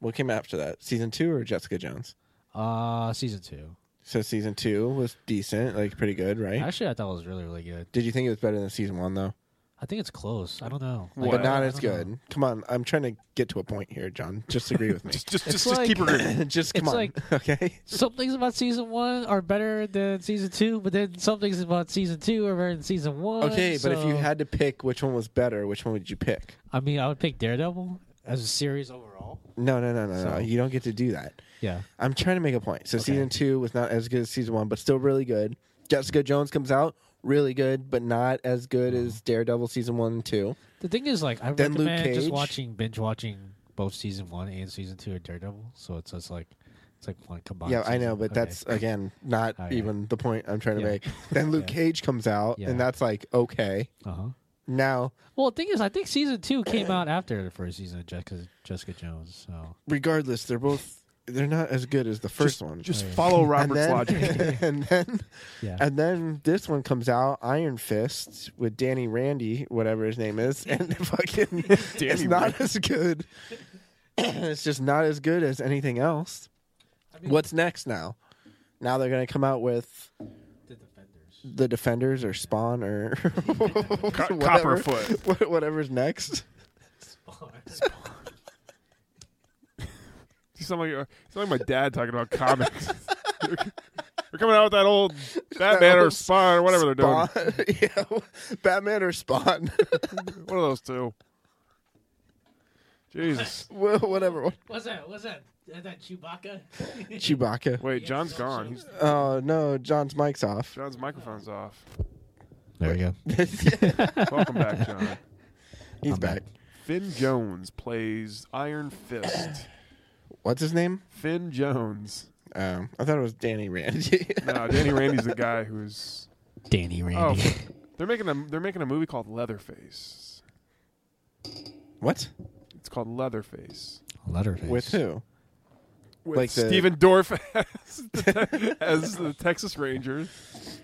Speaker 1: What came after that? Season two or Jessica Jones?
Speaker 3: Uh season two.
Speaker 1: So season two was decent, like pretty good, right?
Speaker 3: Actually, I thought it was really really good.
Speaker 1: Did you think it was better than season one though?
Speaker 3: I think it's close. I don't know.
Speaker 2: Well,
Speaker 1: but
Speaker 3: I-
Speaker 1: not
Speaker 3: I
Speaker 1: as
Speaker 3: don't know.
Speaker 1: good. Come on, I'm trying to get to a point here, John. Just agree with me.
Speaker 2: Just, just, just,
Speaker 3: It's
Speaker 2: just keep
Speaker 3: like-
Speaker 2: agreeing.
Speaker 1: Just come
Speaker 3: It's
Speaker 1: on,
Speaker 3: like-
Speaker 1: okay?
Speaker 3: Some things about season one are better than season two, but then some things about season two are better than season one.
Speaker 1: Okay, but if you
Speaker 3: so-
Speaker 1: had to pick which one was better, which one would you pick?
Speaker 3: I mean, I would pick Daredevil as a series overall.
Speaker 1: No, no, no, no, no.
Speaker 3: So-
Speaker 1: You don't get to do that.
Speaker 3: Yeah.
Speaker 1: I'm trying to make a point. So season two was not as good as season one, but still really good. Jessica Jones comes out really good, but not as good
Speaker 3: Uh-huh.
Speaker 1: as Daredevil season one and two.
Speaker 3: The thing is, like, I
Speaker 1: Then Luke
Speaker 3: recommend
Speaker 1: Cage.
Speaker 3: just watching binge watching both season one and season two of Daredevil. So it's just like it's like one combined.
Speaker 1: yeah, I know,
Speaker 3: season.
Speaker 1: but
Speaker 3: Okay.
Speaker 1: that's again not
Speaker 3: All right.
Speaker 1: even the point I'm trying to
Speaker 3: Yeah.
Speaker 1: make. Then Luke Cage comes out,
Speaker 3: Yeah.
Speaker 1: and that's like okay.
Speaker 3: uh-huh.
Speaker 1: Now,
Speaker 3: Well, the thing is, I think season two came out after the first season of Jessica Jessica Jones. So
Speaker 1: regardless, they're both they're not as good as the first
Speaker 2: Just,
Speaker 1: one. oh,
Speaker 2: just follow
Speaker 1: and
Speaker 2: Robert's
Speaker 1: then,
Speaker 2: logic.
Speaker 1: and then
Speaker 3: yeah,
Speaker 1: And then this one comes out, Iron Fist, with Danny Randy, whatever his name is, and fucking it's not as good. it's just not as good as anything else. What's next now? Now they're gonna come out with
Speaker 3: the Defenders.
Speaker 1: the Defenders or Spawn or
Speaker 2: Co-
Speaker 1: whatever-
Speaker 2: Copperfoot.
Speaker 1: wha- whatever's next.
Speaker 2: You sound like, you sound like my dad talking about comics. they're, they're coming out with that old Batman or
Speaker 1: old
Speaker 2: Spawn or whatever
Speaker 1: Spawn, yeah, Batman or Spawn,
Speaker 2: they're doing. One of those two. Jesus.
Speaker 1: Wha- whatever. one.
Speaker 3: What's that? What's that? Is that Chewbacca?
Speaker 1: Chewbacca.
Speaker 2: Wait, John's gone. He's,
Speaker 1: Oh no, John's mic's off.
Speaker 2: John's microphone's off.
Speaker 3: there we go.
Speaker 2: Welcome back, John.
Speaker 1: He's back.
Speaker 2: Finn Jones plays Iron Fist.
Speaker 1: What's his name?
Speaker 2: Finn Jones.
Speaker 1: Um, I thought it was Danny Randy.
Speaker 2: No, Danny Randy's the guy who's.
Speaker 3: Danny
Speaker 2: Oh,
Speaker 3: Randy.
Speaker 2: they're making a they're making a movie called Leatherface.
Speaker 1: what?
Speaker 2: It's called Leatherface.
Speaker 3: Letterface.
Speaker 1: With who?
Speaker 2: With
Speaker 1: Like the-
Speaker 2: Stephen Dorff as, the- as the Texas Ranger.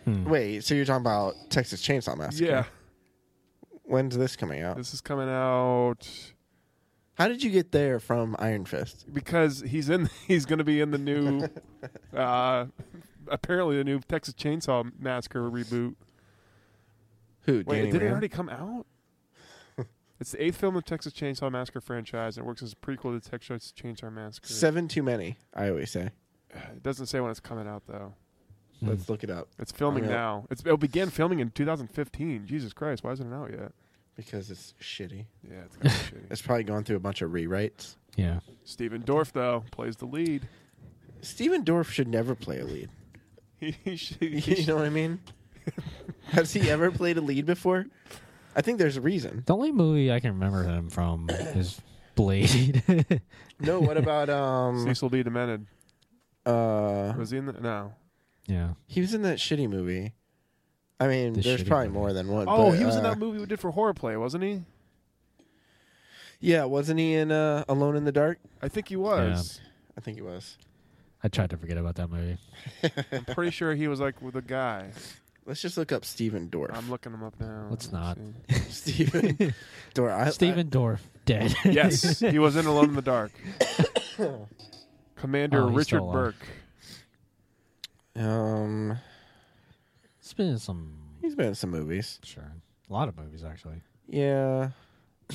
Speaker 1: Wait, so you're talking about Texas Chainsaw Massacre?
Speaker 2: Yeah,
Speaker 1: When's this coming out?
Speaker 2: this is coming out
Speaker 1: How did you get there from Iron Fist?
Speaker 2: because he's in. He's going to be in the new, uh, apparently the new Texas Chainsaw Massacre reboot.
Speaker 1: Who?
Speaker 2: Wait,
Speaker 1: Danny
Speaker 2: did it
Speaker 1: Rand?
Speaker 2: already come out? it's the eighth film of Texas Chainsaw Massacre franchise, and it works as a prequel to Texas Chainsaw Massacre.
Speaker 1: Seven too many. I always say.
Speaker 2: It doesn't say when it's coming out though. Hmm.
Speaker 1: Let's look it up
Speaker 2: It's filming
Speaker 1: Okay.
Speaker 2: now. It's, it'll begin filming in 2015. Jesus Christ, why isn't it out yet?
Speaker 1: because it's shitty.
Speaker 2: Yeah, it's kind of shitty.
Speaker 1: It's probably gone through a bunch of rewrites.
Speaker 3: Yeah.
Speaker 2: Steven Dorff though plays the lead.
Speaker 1: Steven Dorff should never play a lead.
Speaker 2: He, he should, he
Speaker 1: You
Speaker 2: should-
Speaker 1: know what I mean? Has he ever played a lead before? I think there's a reason.
Speaker 3: The only movie I can remember him from is Blade.
Speaker 1: No, what about um
Speaker 2: Cecil B. Demented.
Speaker 1: uh
Speaker 2: Was he in the no?
Speaker 3: yeah.
Speaker 1: he was in that shitty movie. I mean,
Speaker 3: The
Speaker 1: there's
Speaker 3: shitty
Speaker 1: probably
Speaker 3: movie.
Speaker 1: more than one.
Speaker 2: Oh,
Speaker 1: but,
Speaker 2: he was in
Speaker 1: uh,
Speaker 2: that movie we did for horror play, wasn't he?
Speaker 1: Yeah, wasn't he in uh, Alone in the Dark?
Speaker 2: I think he was.
Speaker 1: I think he was.
Speaker 3: I tried to forget about that movie.
Speaker 2: I'm pretty sure he was like with the guy.
Speaker 1: Let's just look up Steven Dorff.
Speaker 2: I'm looking him up now.
Speaker 3: Let's
Speaker 2: Let's
Speaker 3: not.
Speaker 2: see.
Speaker 1: Steven Dorff. I- I-
Speaker 3: Steven Dorff dead.
Speaker 2: Yes, he was in Alone in the Dark. Commander
Speaker 3: Oh, he's
Speaker 2: Richard
Speaker 3: still alive.
Speaker 2: Burke.
Speaker 1: um,
Speaker 3: it's been in some
Speaker 1: he's been in some movies.
Speaker 3: sure a lot of movies actually.
Speaker 1: Yeah,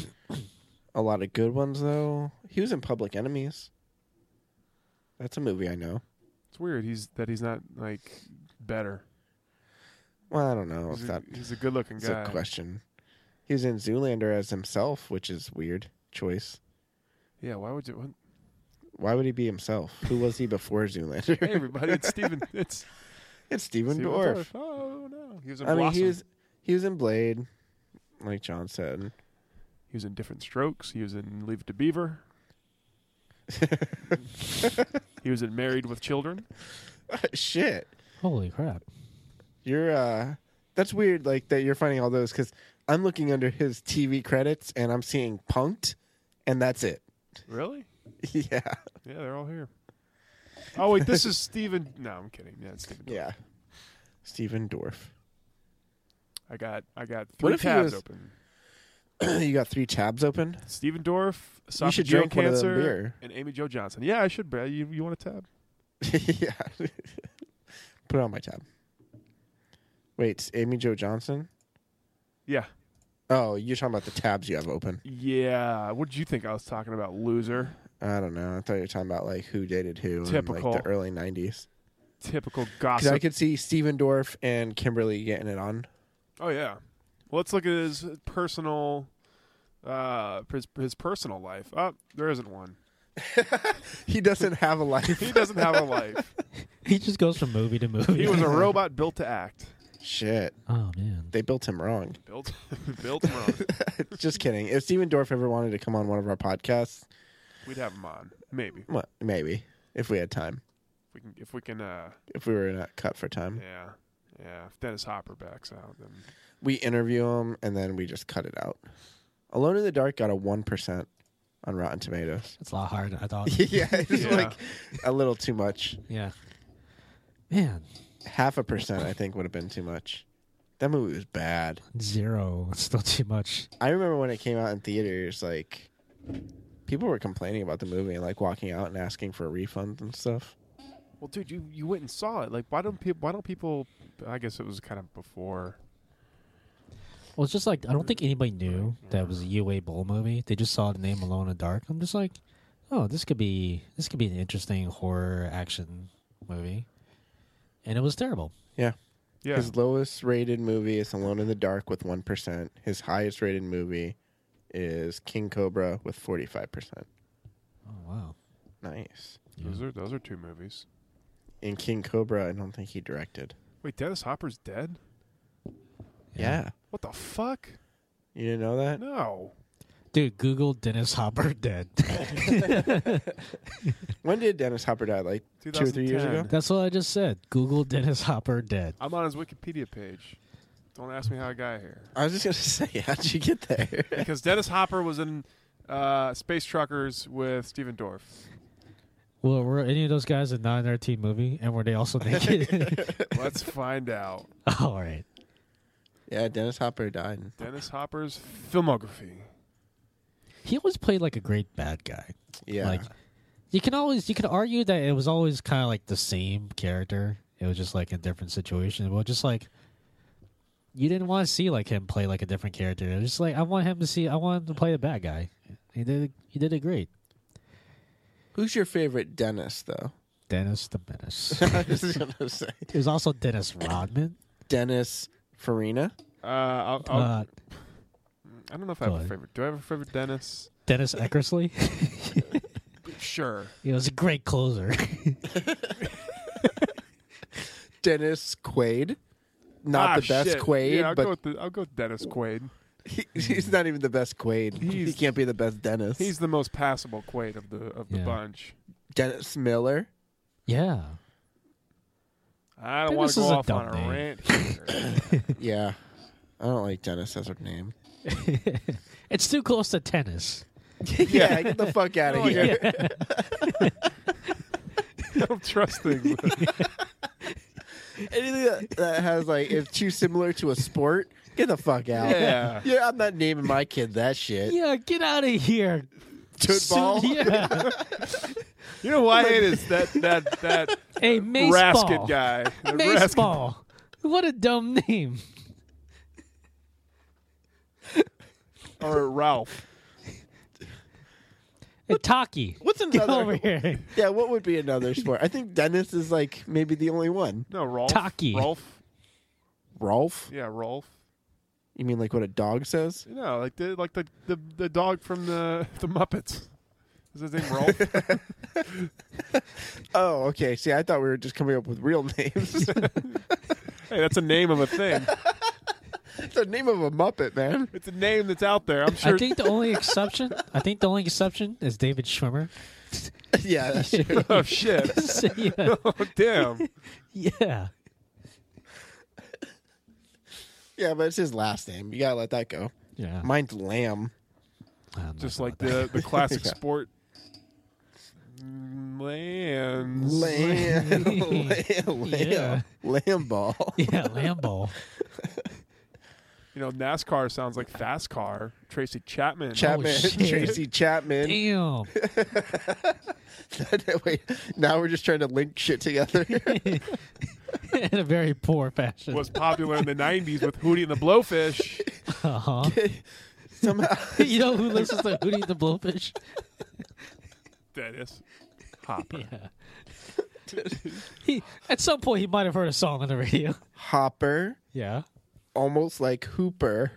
Speaker 1: a lot of good ones though. He was in Public Enemies. That's a movie I know.
Speaker 2: It's weird. He's that he's not like better.
Speaker 1: Well, I don't know if
Speaker 2: He's a,
Speaker 1: that
Speaker 2: he's a good-looking
Speaker 1: is a
Speaker 2: guy.
Speaker 1: question. He was in Zoolander as himself, which is weird choice.
Speaker 2: Yeah, why would you? What?
Speaker 1: Why would he be himself? Who was he before Zoolander?
Speaker 2: Hey, everybody, it's Steven. It's
Speaker 1: it's Steven,
Speaker 2: Steven
Speaker 1: Dorff.
Speaker 2: Dorff. Oh no, he was in
Speaker 1: I mean,
Speaker 2: Blossom.
Speaker 1: he was he was in Blade, like John said.
Speaker 2: He was in Different Strokes. He was in Leave It to Beaver. he was in Married with Children.
Speaker 1: Shit,
Speaker 3: Holy crap!
Speaker 1: you're uh, that's weird. Like that you're finding all those because I'm looking under his TV credits and I'm seeing Punked, and that's it.
Speaker 2: Really? Yeah,
Speaker 1: yeah,
Speaker 2: they're all here. Oh wait, this is Steven. No, I'm kidding. Yeah, it's Steven. Dorff.
Speaker 1: yeah. Steven Dorff.
Speaker 2: I got I got
Speaker 1: What
Speaker 2: three
Speaker 1: if he
Speaker 2: tabs
Speaker 1: was-
Speaker 2: open.
Speaker 1: you got three tabs open.
Speaker 2: Steven Dorff, esophageal
Speaker 1: You should drink one of them
Speaker 2: cancer,
Speaker 1: beer.
Speaker 2: and Amy Jo Johnson. Yeah, I should, Brad. You you want a tab?
Speaker 1: yeah, put it on my tab. Wait, it's Amy Jo Johnson.
Speaker 2: Yeah.
Speaker 1: Oh, you're talking about the tabs you have open.
Speaker 2: Yeah. What did you think I was talking about, loser?
Speaker 1: I don't know. I thought you were talking about like who dated who in
Speaker 2: Typical.
Speaker 1: like the early '90s.
Speaker 2: Typical
Speaker 1: Because
Speaker 2: gossip.
Speaker 1: I could see Steven Dorff and Kimberly getting it on.
Speaker 2: Oh yeah. Well, let's look at his personal, uh, his, his personal life. Oh, there isn't one.
Speaker 1: He doesn't have a
Speaker 2: He
Speaker 1: life.
Speaker 2: doesn't have a life.
Speaker 3: He just goes from movie to movie.
Speaker 2: He was a robot built to act.
Speaker 1: Shit,
Speaker 3: oh man,
Speaker 1: they built him wrong.
Speaker 2: Built, built him wrong.
Speaker 1: Just kidding. If Steven Dorff ever wanted to come on one of our podcasts,
Speaker 2: We'd have him on, maybe
Speaker 1: well, maybe if we had time,
Speaker 2: if we can. If we can, uh,
Speaker 1: if we were not cut for time,
Speaker 2: yeah, yeah. If Dennis Hopper backs out, then
Speaker 1: we interview him and then we just cut it out. Alone in the Dark got a one percent on Rotten Tomatoes.
Speaker 3: that's a lot harder. I thought.
Speaker 1: yeah, it's
Speaker 2: Yeah.
Speaker 1: like a little too much.
Speaker 3: yeah. Man,
Speaker 1: Half a percent, I think, would have been too much. That movie was bad.
Speaker 3: zero. It's still too much.
Speaker 1: I remember when it came out in theaters, like people were complaining about the movie and like walking out and asking for refunds and stuff.
Speaker 2: Well, dude, you, you went and saw it. Like, why don't people? Why don't people? I guess it was kind of before.
Speaker 3: Well, it's just like I don't think anybody knew that it was a UA Bowl movie. They just saw the name Alone in the Dark. I'm just like, oh, this could be this could be an interesting horror action movie, and it was terrible.
Speaker 1: Yeah.
Speaker 2: Yeah,
Speaker 1: His lowest rated movie is Alone in the Dark with 1%. His highest rated movie is King Cobra with 45%.
Speaker 3: Oh wow,
Speaker 1: Nice.
Speaker 2: those are those are two movies.
Speaker 1: In King Cobra, I don't think he directed.
Speaker 2: Wait, Dennis Hopper's dead.
Speaker 1: Yeah.
Speaker 2: What the fuck?
Speaker 1: You didn't know that?
Speaker 2: No.
Speaker 3: dude, Google Dennis Hopper dead.
Speaker 1: When did Dennis Hopper die? Like two or three years ago?
Speaker 2: 2010.
Speaker 3: That's what I just said. Google Dennis Hopper dead.
Speaker 2: I'm on his Wikipedia page. Don't ask me how I got here.
Speaker 1: I was just going to say, how'd you get there?
Speaker 2: Because Dennis Hopper was in uh, Space Truckers with Steven Dorff.
Speaker 3: Well, were any of those guys in nine thirteen movie, and were they also naked?
Speaker 2: Let's find out.
Speaker 3: All right.
Speaker 1: yeah, Dennis Hopper died.
Speaker 2: Dennis Hopper's filmography.
Speaker 3: He always played like a great bad guy.
Speaker 1: Yeah.
Speaker 3: Like you can always you can argue that it was always kind of like the same character. It was just like a different situation. Well, just like you didn't want to see like him play like a different character. It was just like I want him to see. I want him to play the bad guy. He did. He did it great.
Speaker 1: Who's your favorite Dennis, though?
Speaker 3: Dennis the Menace.
Speaker 1: I was just going to say.
Speaker 3: it was also Dennis Rodman.
Speaker 1: Dennis Farina.
Speaker 2: Uh, I'll,
Speaker 1: Oh.
Speaker 2: I'll,
Speaker 3: Uh,
Speaker 2: I don't know if I have
Speaker 3: go
Speaker 2: a
Speaker 3: ahead.
Speaker 2: favorite. Do I have a favorite Dennis?
Speaker 3: Dennis Eckersley.
Speaker 2: Sure.
Speaker 3: he was a great closer.
Speaker 1: Dennis Quaid. Not
Speaker 2: Ah,
Speaker 1: the best
Speaker 2: shit.
Speaker 1: Quaid,
Speaker 2: Yeah, I'll, go
Speaker 1: but
Speaker 2: with the, I'll go with Dennis Quaid.
Speaker 1: He, he's not even the best Quaid. he
Speaker 2: He's-
Speaker 1: can't be the best Dennis.
Speaker 2: He's the most passable Quaid of the of the
Speaker 3: Yeah.
Speaker 2: bunch.
Speaker 1: Dennis Miller.
Speaker 3: Yeah.
Speaker 2: I don't want
Speaker 3: Dennis
Speaker 2: to go
Speaker 3: is a
Speaker 2: off on
Speaker 3: dumb name.
Speaker 2: a rant. Here.
Speaker 1: Yeah, I don't like Dennis as her name.
Speaker 3: It's too close to tennis.
Speaker 1: yeah, get the fuck out of here.
Speaker 2: I don't trust things.
Speaker 1: Anything that, that has like if too similar to a sport, get the fuck out.
Speaker 2: Yeah.
Speaker 1: yeah, I'm not naming my kid that shit.
Speaker 3: Yeah, get out of here.
Speaker 1: Toot
Speaker 3: Soon-
Speaker 1: ball.
Speaker 3: Yeah.
Speaker 2: You know why it is that that that
Speaker 3: hey, mace ball.
Speaker 2: Raskin guy. The
Speaker 3: Mace
Speaker 2: Raskin-
Speaker 3: ball. What a dumb name.
Speaker 2: or Ralph.
Speaker 3: Hey, Taki.
Speaker 1: What's
Speaker 3: Get
Speaker 1: another?
Speaker 3: over here.
Speaker 1: Yeah, what would be another sport? I think Dennis is like maybe the only one.
Speaker 2: No, Rolf.
Speaker 3: Taki.
Speaker 2: Rolf.
Speaker 1: Rolf.
Speaker 2: Yeah, Rolf.
Speaker 1: You mean like what a dog says?
Speaker 2: You know, like the like the the, the dog from the the Muppets. Is his name Rolf?
Speaker 1: Oh, okay. See, I thought we were just coming up with real names.
Speaker 2: hey, that's a name of a thing.
Speaker 1: it's the name of a Muppet, man.
Speaker 2: It's a name that's out there. I'm sure.
Speaker 3: I think the only exception, I think the only exception is David Schwimmer.
Speaker 1: yeah, that's true.
Speaker 2: oh shit!
Speaker 3: So, yeah.
Speaker 2: Oh damn!
Speaker 3: yeah.
Speaker 1: yeah, but it's his last name. You gotta let that go.
Speaker 3: Yeah.
Speaker 1: Mine's Lamb.
Speaker 3: I don't know
Speaker 2: Just
Speaker 3: about
Speaker 2: like
Speaker 3: that.
Speaker 2: the the classic
Speaker 1: Yeah.
Speaker 2: sport. Mm, Lands.
Speaker 1: Lamb. Lamb.
Speaker 3: Yeah. Oh,
Speaker 1: Lamb. Lamb ball.
Speaker 3: Yeah, Lambo.
Speaker 2: You know, NASCAR sounds like fast car. Tracy Chapman.
Speaker 1: Chapman.
Speaker 3: shit.
Speaker 1: Tracy Chapman.
Speaker 3: Damn.
Speaker 1: Wait, now we're just trying to link shit together.
Speaker 3: In a very poor fashion.
Speaker 2: was popular in the 90s with Hootie and the Blowfish.
Speaker 3: Uh-huh.
Speaker 1: Somehow.
Speaker 3: you know who listens to Hootie and the Blowfish?
Speaker 2: Dennis Hopper.
Speaker 3: Yeah. he, at some point, he might have heard a song on the radio.
Speaker 1: Hopper,
Speaker 3: Yeah.
Speaker 1: almost like Hooper,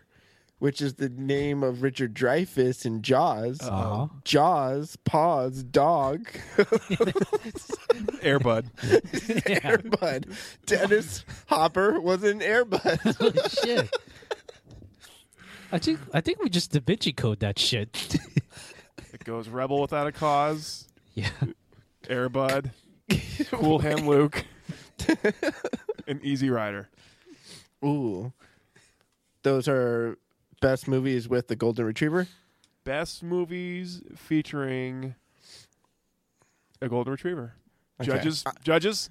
Speaker 1: which is the name of Richard Dreyfuss in Jaws.
Speaker 2: Oh.
Speaker 3: Uh-huh.
Speaker 1: Jaws, paws, dog,
Speaker 2: Airbud.
Speaker 1: Airbud. Dennis Hopper was an Airbud.
Speaker 3: shit. I think I think we just Da Vinci code that shit.
Speaker 2: It goes Rebel Without a Cause,
Speaker 3: yeah.
Speaker 2: Airbud, Cool Hand Luke, and Easy Rider.
Speaker 1: Ooh. Those are best movies with the Golden Retriever.
Speaker 2: Best movies featuring a golden retriever.
Speaker 1: Okay. Uh,
Speaker 2: Judges, judges.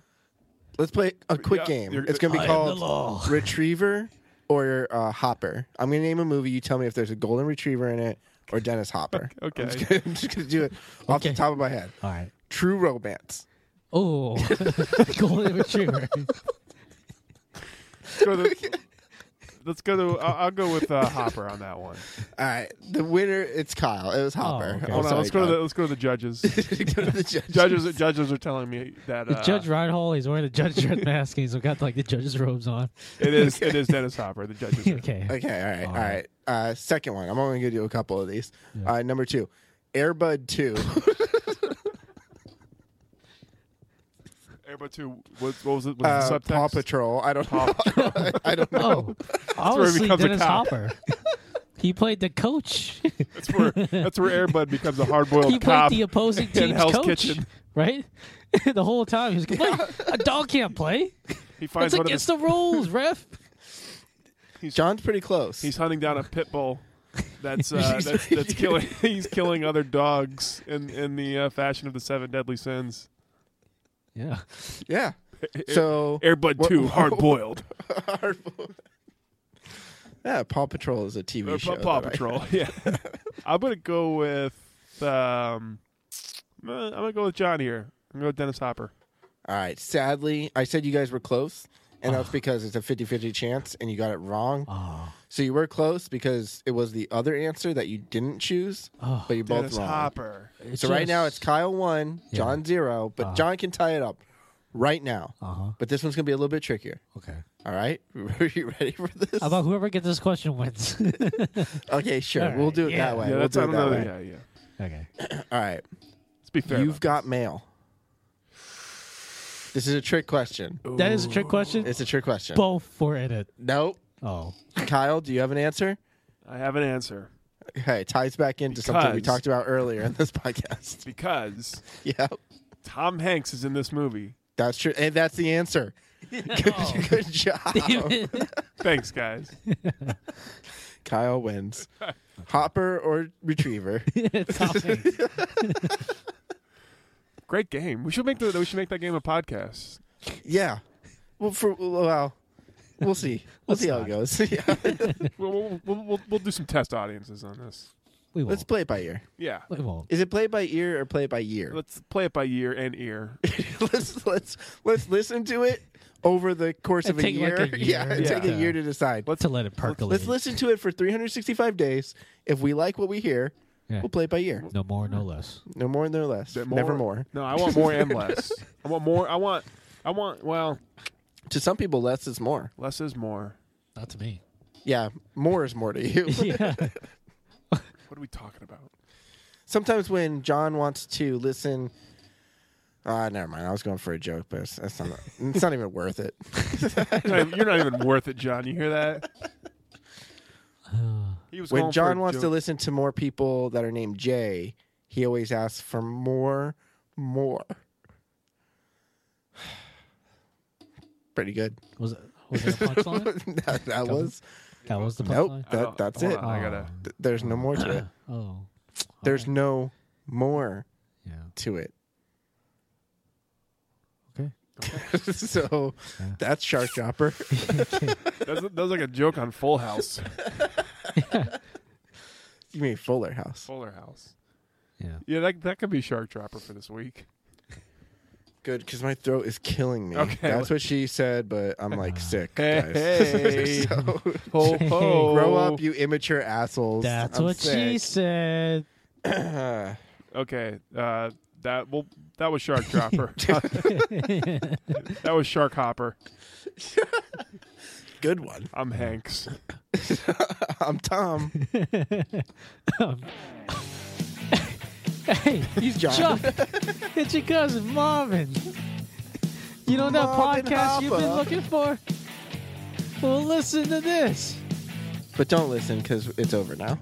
Speaker 1: Let's play a quick
Speaker 2: Yeah,
Speaker 1: game.
Speaker 2: you're-
Speaker 1: It's going to
Speaker 3: I
Speaker 1: be
Speaker 3: am the law.
Speaker 1: called Retriever or uh, Hopper. I'm going to name a movie. You tell me if there's a Golden Retriever in it or Dennis Hopper.
Speaker 2: Okay.
Speaker 1: I'm just gonna- I'm just going to do it off
Speaker 3: Okay.
Speaker 1: the top of my head.
Speaker 3: All right.
Speaker 1: True Romance.
Speaker 3: Oh, golden retriever.
Speaker 2: Let's go to. Let's go to. I'll, I'll go with uh, Hopper on that one.
Speaker 1: All right. The winner, it's Kyle. It was Hopper.
Speaker 3: okay.
Speaker 1: I'm
Speaker 2: Hold on.
Speaker 1: sorry,
Speaker 2: Let's go to
Speaker 1: Kyle.
Speaker 2: the. Let's go to the judges.
Speaker 1: Go to the judges.
Speaker 2: judges. Judges are telling me that uh,
Speaker 3: Judge Reinhold, he's wearing a judge's red mask and he's got like the judge's robes on.
Speaker 2: It is. It is Dennis Hopper. The judges. are-
Speaker 3: Okay.
Speaker 1: Okay, all right, all
Speaker 3: All
Speaker 1: right.
Speaker 3: right.
Speaker 1: Uh, second one. I'm only gonna do a couple of these. Uh, number two, Airbud Two.
Speaker 2: Airbud Two. What, what was it? Was
Speaker 1: uh,
Speaker 2: the subtext?
Speaker 1: Paw Patrol. I don't know. I don't know.
Speaker 3: Oh, obviously
Speaker 2: becomes a
Speaker 3: Dennis
Speaker 2: cop.
Speaker 3: Hopper. He played the coach.
Speaker 2: That's where. That's where Airbud becomes a
Speaker 3: he
Speaker 2: hard-boiled
Speaker 3: played
Speaker 2: cop.
Speaker 3: the opposing
Speaker 2: in
Speaker 3: team's
Speaker 2: Hell's
Speaker 3: coach,
Speaker 2: Kitchen.
Speaker 3: right? the whole time he was complaining. A dog can't play.
Speaker 2: He
Speaker 3: That's
Speaker 2: finds one of
Speaker 3: against
Speaker 2: the.
Speaker 3: the rules, ref.
Speaker 1: John's pretty close.
Speaker 2: He's hunting down a pit bull. That's uh,
Speaker 1: He's-
Speaker 2: that's, that's killing. He's killing other dogs in in the uh, fashion of the seven deadly sins.
Speaker 3: Yeah.
Speaker 1: yeah. So
Speaker 2: Airbud
Speaker 1: What-
Speaker 2: Two, hard-boiled.
Speaker 1: yeah, Paw Patrol is a TV
Speaker 2: Or
Speaker 1: show.
Speaker 2: Uh, Paw, Paw
Speaker 1: that I-
Speaker 2: Patrol. Yeah. I'm gonna go with. Um, uh, I'm gonna go with John here. I'm gonna go with Dennis Hopper.
Speaker 1: All right. Sadly, I said you guys were close, and that's because it's a 50-50 chance, and you got it wrong.
Speaker 3: Oh.
Speaker 1: So you were close because it was the other answer that you didn't choose,
Speaker 3: Oh.
Speaker 1: but you both
Speaker 2: Dennis
Speaker 1: wrong.
Speaker 2: Hopper.
Speaker 1: So right now it's Kyle one,
Speaker 3: Yeah. Ah.
Speaker 1: John zero, but John can tie it up right now.
Speaker 3: Uh huh.
Speaker 1: But this one's gonna be a little bit trickier.
Speaker 3: Okay.
Speaker 1: All right, are you ready for this?
Speaker 3: How about whoever gets this question wins?
Speaker 1: okay, sure.
Speaker 3: All right,
Speaker 1: We'll do it
Speaker 3: yeah.
Speaker 1: that way.
Speaker 2: Yeah,
Speaker 1: we'll
Speaker 2: that's
Speaker 1: do
Speaker 2: I
Speaker 1: it
Speaker 2: don't
Speaker 1: that
Speaker 2: know.
Speaker 1: way.
Speaker 2: Yeah, yeah.
Speaker 3: okay.
Speaker 1: All right,
Speaker 2: Let's be fair.
Speaker 1: you've
Speaker 2: about
Speaker 1: got mail. This is a trick question.
Speaker 3: That is a trick question.
Speaker 1: It's a trick question.
Speaker 3: Both were in it.
Speaker 1: nope.
Speaker 3: Oh.
Speaker 1: Kyle, do you have an answer?
Speaker 2: I have an answer
Speaker 1: Hey, it ties back into something we
Speaker 2: Because-
Speaker 1: talked about earlier in this podcast.
Speaker 2: because
Speaker 1: yeah,
Speaker 2: Tom Hanks is in this movie.
Speaker 1: that's true. And that's the answer. Good, good job.
Speaker 2: Thanks, guys.
Speaker 1: Kyle wins. Hopper or retriever?
Speaker 3: Tom Hanks.
Speaker 2: Great game. We should make the, we should make that game a podcast.
Speaker 1: Yeah. Well, for well, we'll see. We'll see how it goes. Yeah.
Speaker 2: We'll, we'll, we'll, we'll, we'll do some test audiences on this.
Speaker 3: We
Speaker 1: Let's
Speaker 3: won't.
Speaker 1: play it by ear.
Speaker 2: Yeah.
Speaker 3: We won't.
Speaker 1: Is it play it by ear or play it by year?
Speaker 2: Let's play it by year and ear.
Speaker 1: let's let's let's listen to it over the course
Speaker 3: And
Speaker 1: of a
Speaker 3: take,
Speaker 1: year.
Speaker 3: like, a
Speaker 1: Yeah,
Speaker 3: year.
Speaker 1: and take a
Speaker 3: Yeah.
Speaker 1: year to decide.
Speaker 3: to let it percolate.
Speaker 1: Let's listen to it for 365 days. If we like what we hear,
Speaker 3: Yeah.
Speaker 1: we'll play it by year.
Speaker 3: No more, no less.
Speaker 1: No more, no less.
Speaker 2: Bit
Speaker 1: Never more.
Speaker 2: No, I want more and less. I want more. I want. I want. Well,
Speaker 1: To some people, less is more.
Speaker 2: less is more.
Speaker 3: Not to me.
Speaker 1: Yeah, more is more to you.
Speaker 3: yeah.
Speaker 2: What are we talking about?
Speaker 1: Sometimes when John wants to listen, ah, never mind. I was going for a joke, but it's, that's not. It's not even worth it.
Speaker 2: You're not, you're not even worth it, John. You hear that?
Speaker 3: Uh,
Speaker 2: He was
Speaker 1: when
Speaker 2: going
Speaker 1: John
Speaker 2: for a
Speaker 1: wants to
Speaker 2: joke.
Speaker 1: listen to more people that are named Jay, he always asks for more, more. Pretty good.
Speaker 3: Was it? Was it a punchline?
Speaker 1: that, that was
Speaker 3: That was the
Speaker 1: nope.
Speaker 3: punchline.
Speaker 1: That, that's
Speaker 2: Oh, Hold
Speaker 1: it.
Speaker 2: on, I gotta.
Speaker 1: Th- There's no more to it.
Speaker 3: Oh,
Speaker 1: There's no more
Speaker 3: yeah.
Speaker 1: to it.
Speaker 3: Okay.
Speaker 1: so
Speaker 3: Yeah.
Speaker 1: that's Shark Dropper.
Speaker 2: That's, that was like a joke on Full House.
Speaker 1: you mean Fuller House?
Speaker 2: Fuller House.
Speaker 3: Yeah.
Speaker 2: Yeah, that that could be Shark Dropper for this week.
Speaker 1: Good, because my throat is killing me.
Speaker 2: Okay.
Speaker 1: That's what she said, but I'm like sick. Guys.
Speaker 2: Hey.
Speaker 1: so,
Speaker 2: Ho ho!
Speaker 1: grow up, you immature assholes.
Speaker 3: That's
Speaker 1: I'm
Speaker 3: what she said.
Speaker 1: sick.
Speaker 2: Okay, uh, that well, that was Shark Dropper. that was Shark Hopper.
Speaker 1: Good one.
Speaker 2: I'm Hanks.
Speaker 1: I'm Tom.
Speaker 3: Hey, he's
Speaker 1: John.
Speaker 3: Chuck. it's your cousin Marvin. You know that
Speaker 1: Marvin
Speaker 3: podcast you've been
Speaker 1: Hopper.
Speaker 3: looking for? Well, listen to this.
Speaker 1: But don't listen because it's over now.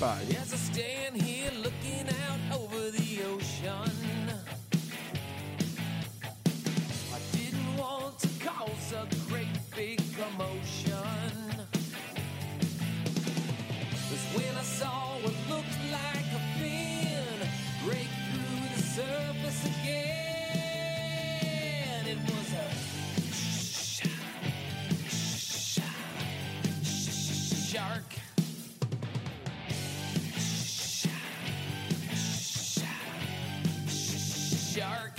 Speaker 2: Bye.
Speaker 4: As I stand here looking out over the ocean, I didn't want to cause a great big commotion. 'Cause when I saw what looked like a fin break through the surface again, it was a sh- sh- sh- shark. Shark.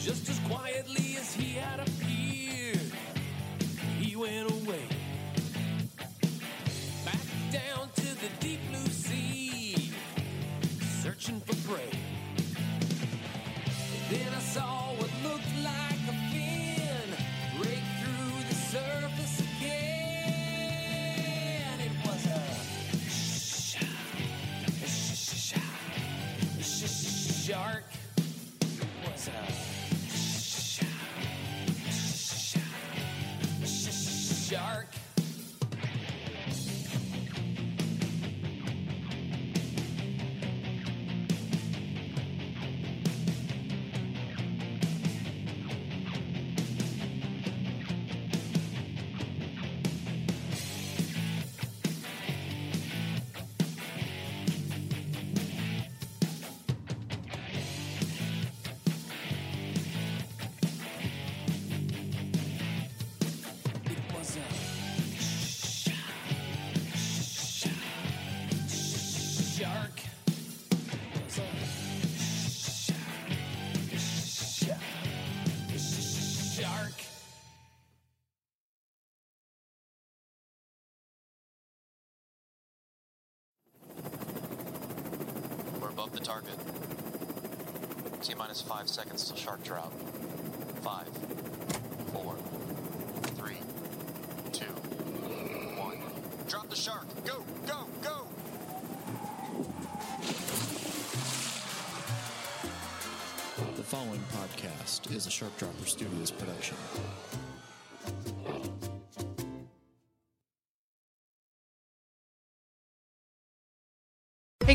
Speaker 4: Just as quietly as he had appeared, he went away. Back down to the deep blue sea, searching for prey. Then I saw what looked like a fin break through the surface again. It was a shark. Shark. It was a shark. Shark. It was a shark. It was a shark. Shark.
Speaker 5: We're above the target. T minus five seconds till shark drop. Five, four, three, two, one. Drop
Speaker 6: the shark. Go, go, go.
Speaker 5: The following podcast is a Shark Dropper Studios production.
Speaker 4: Hey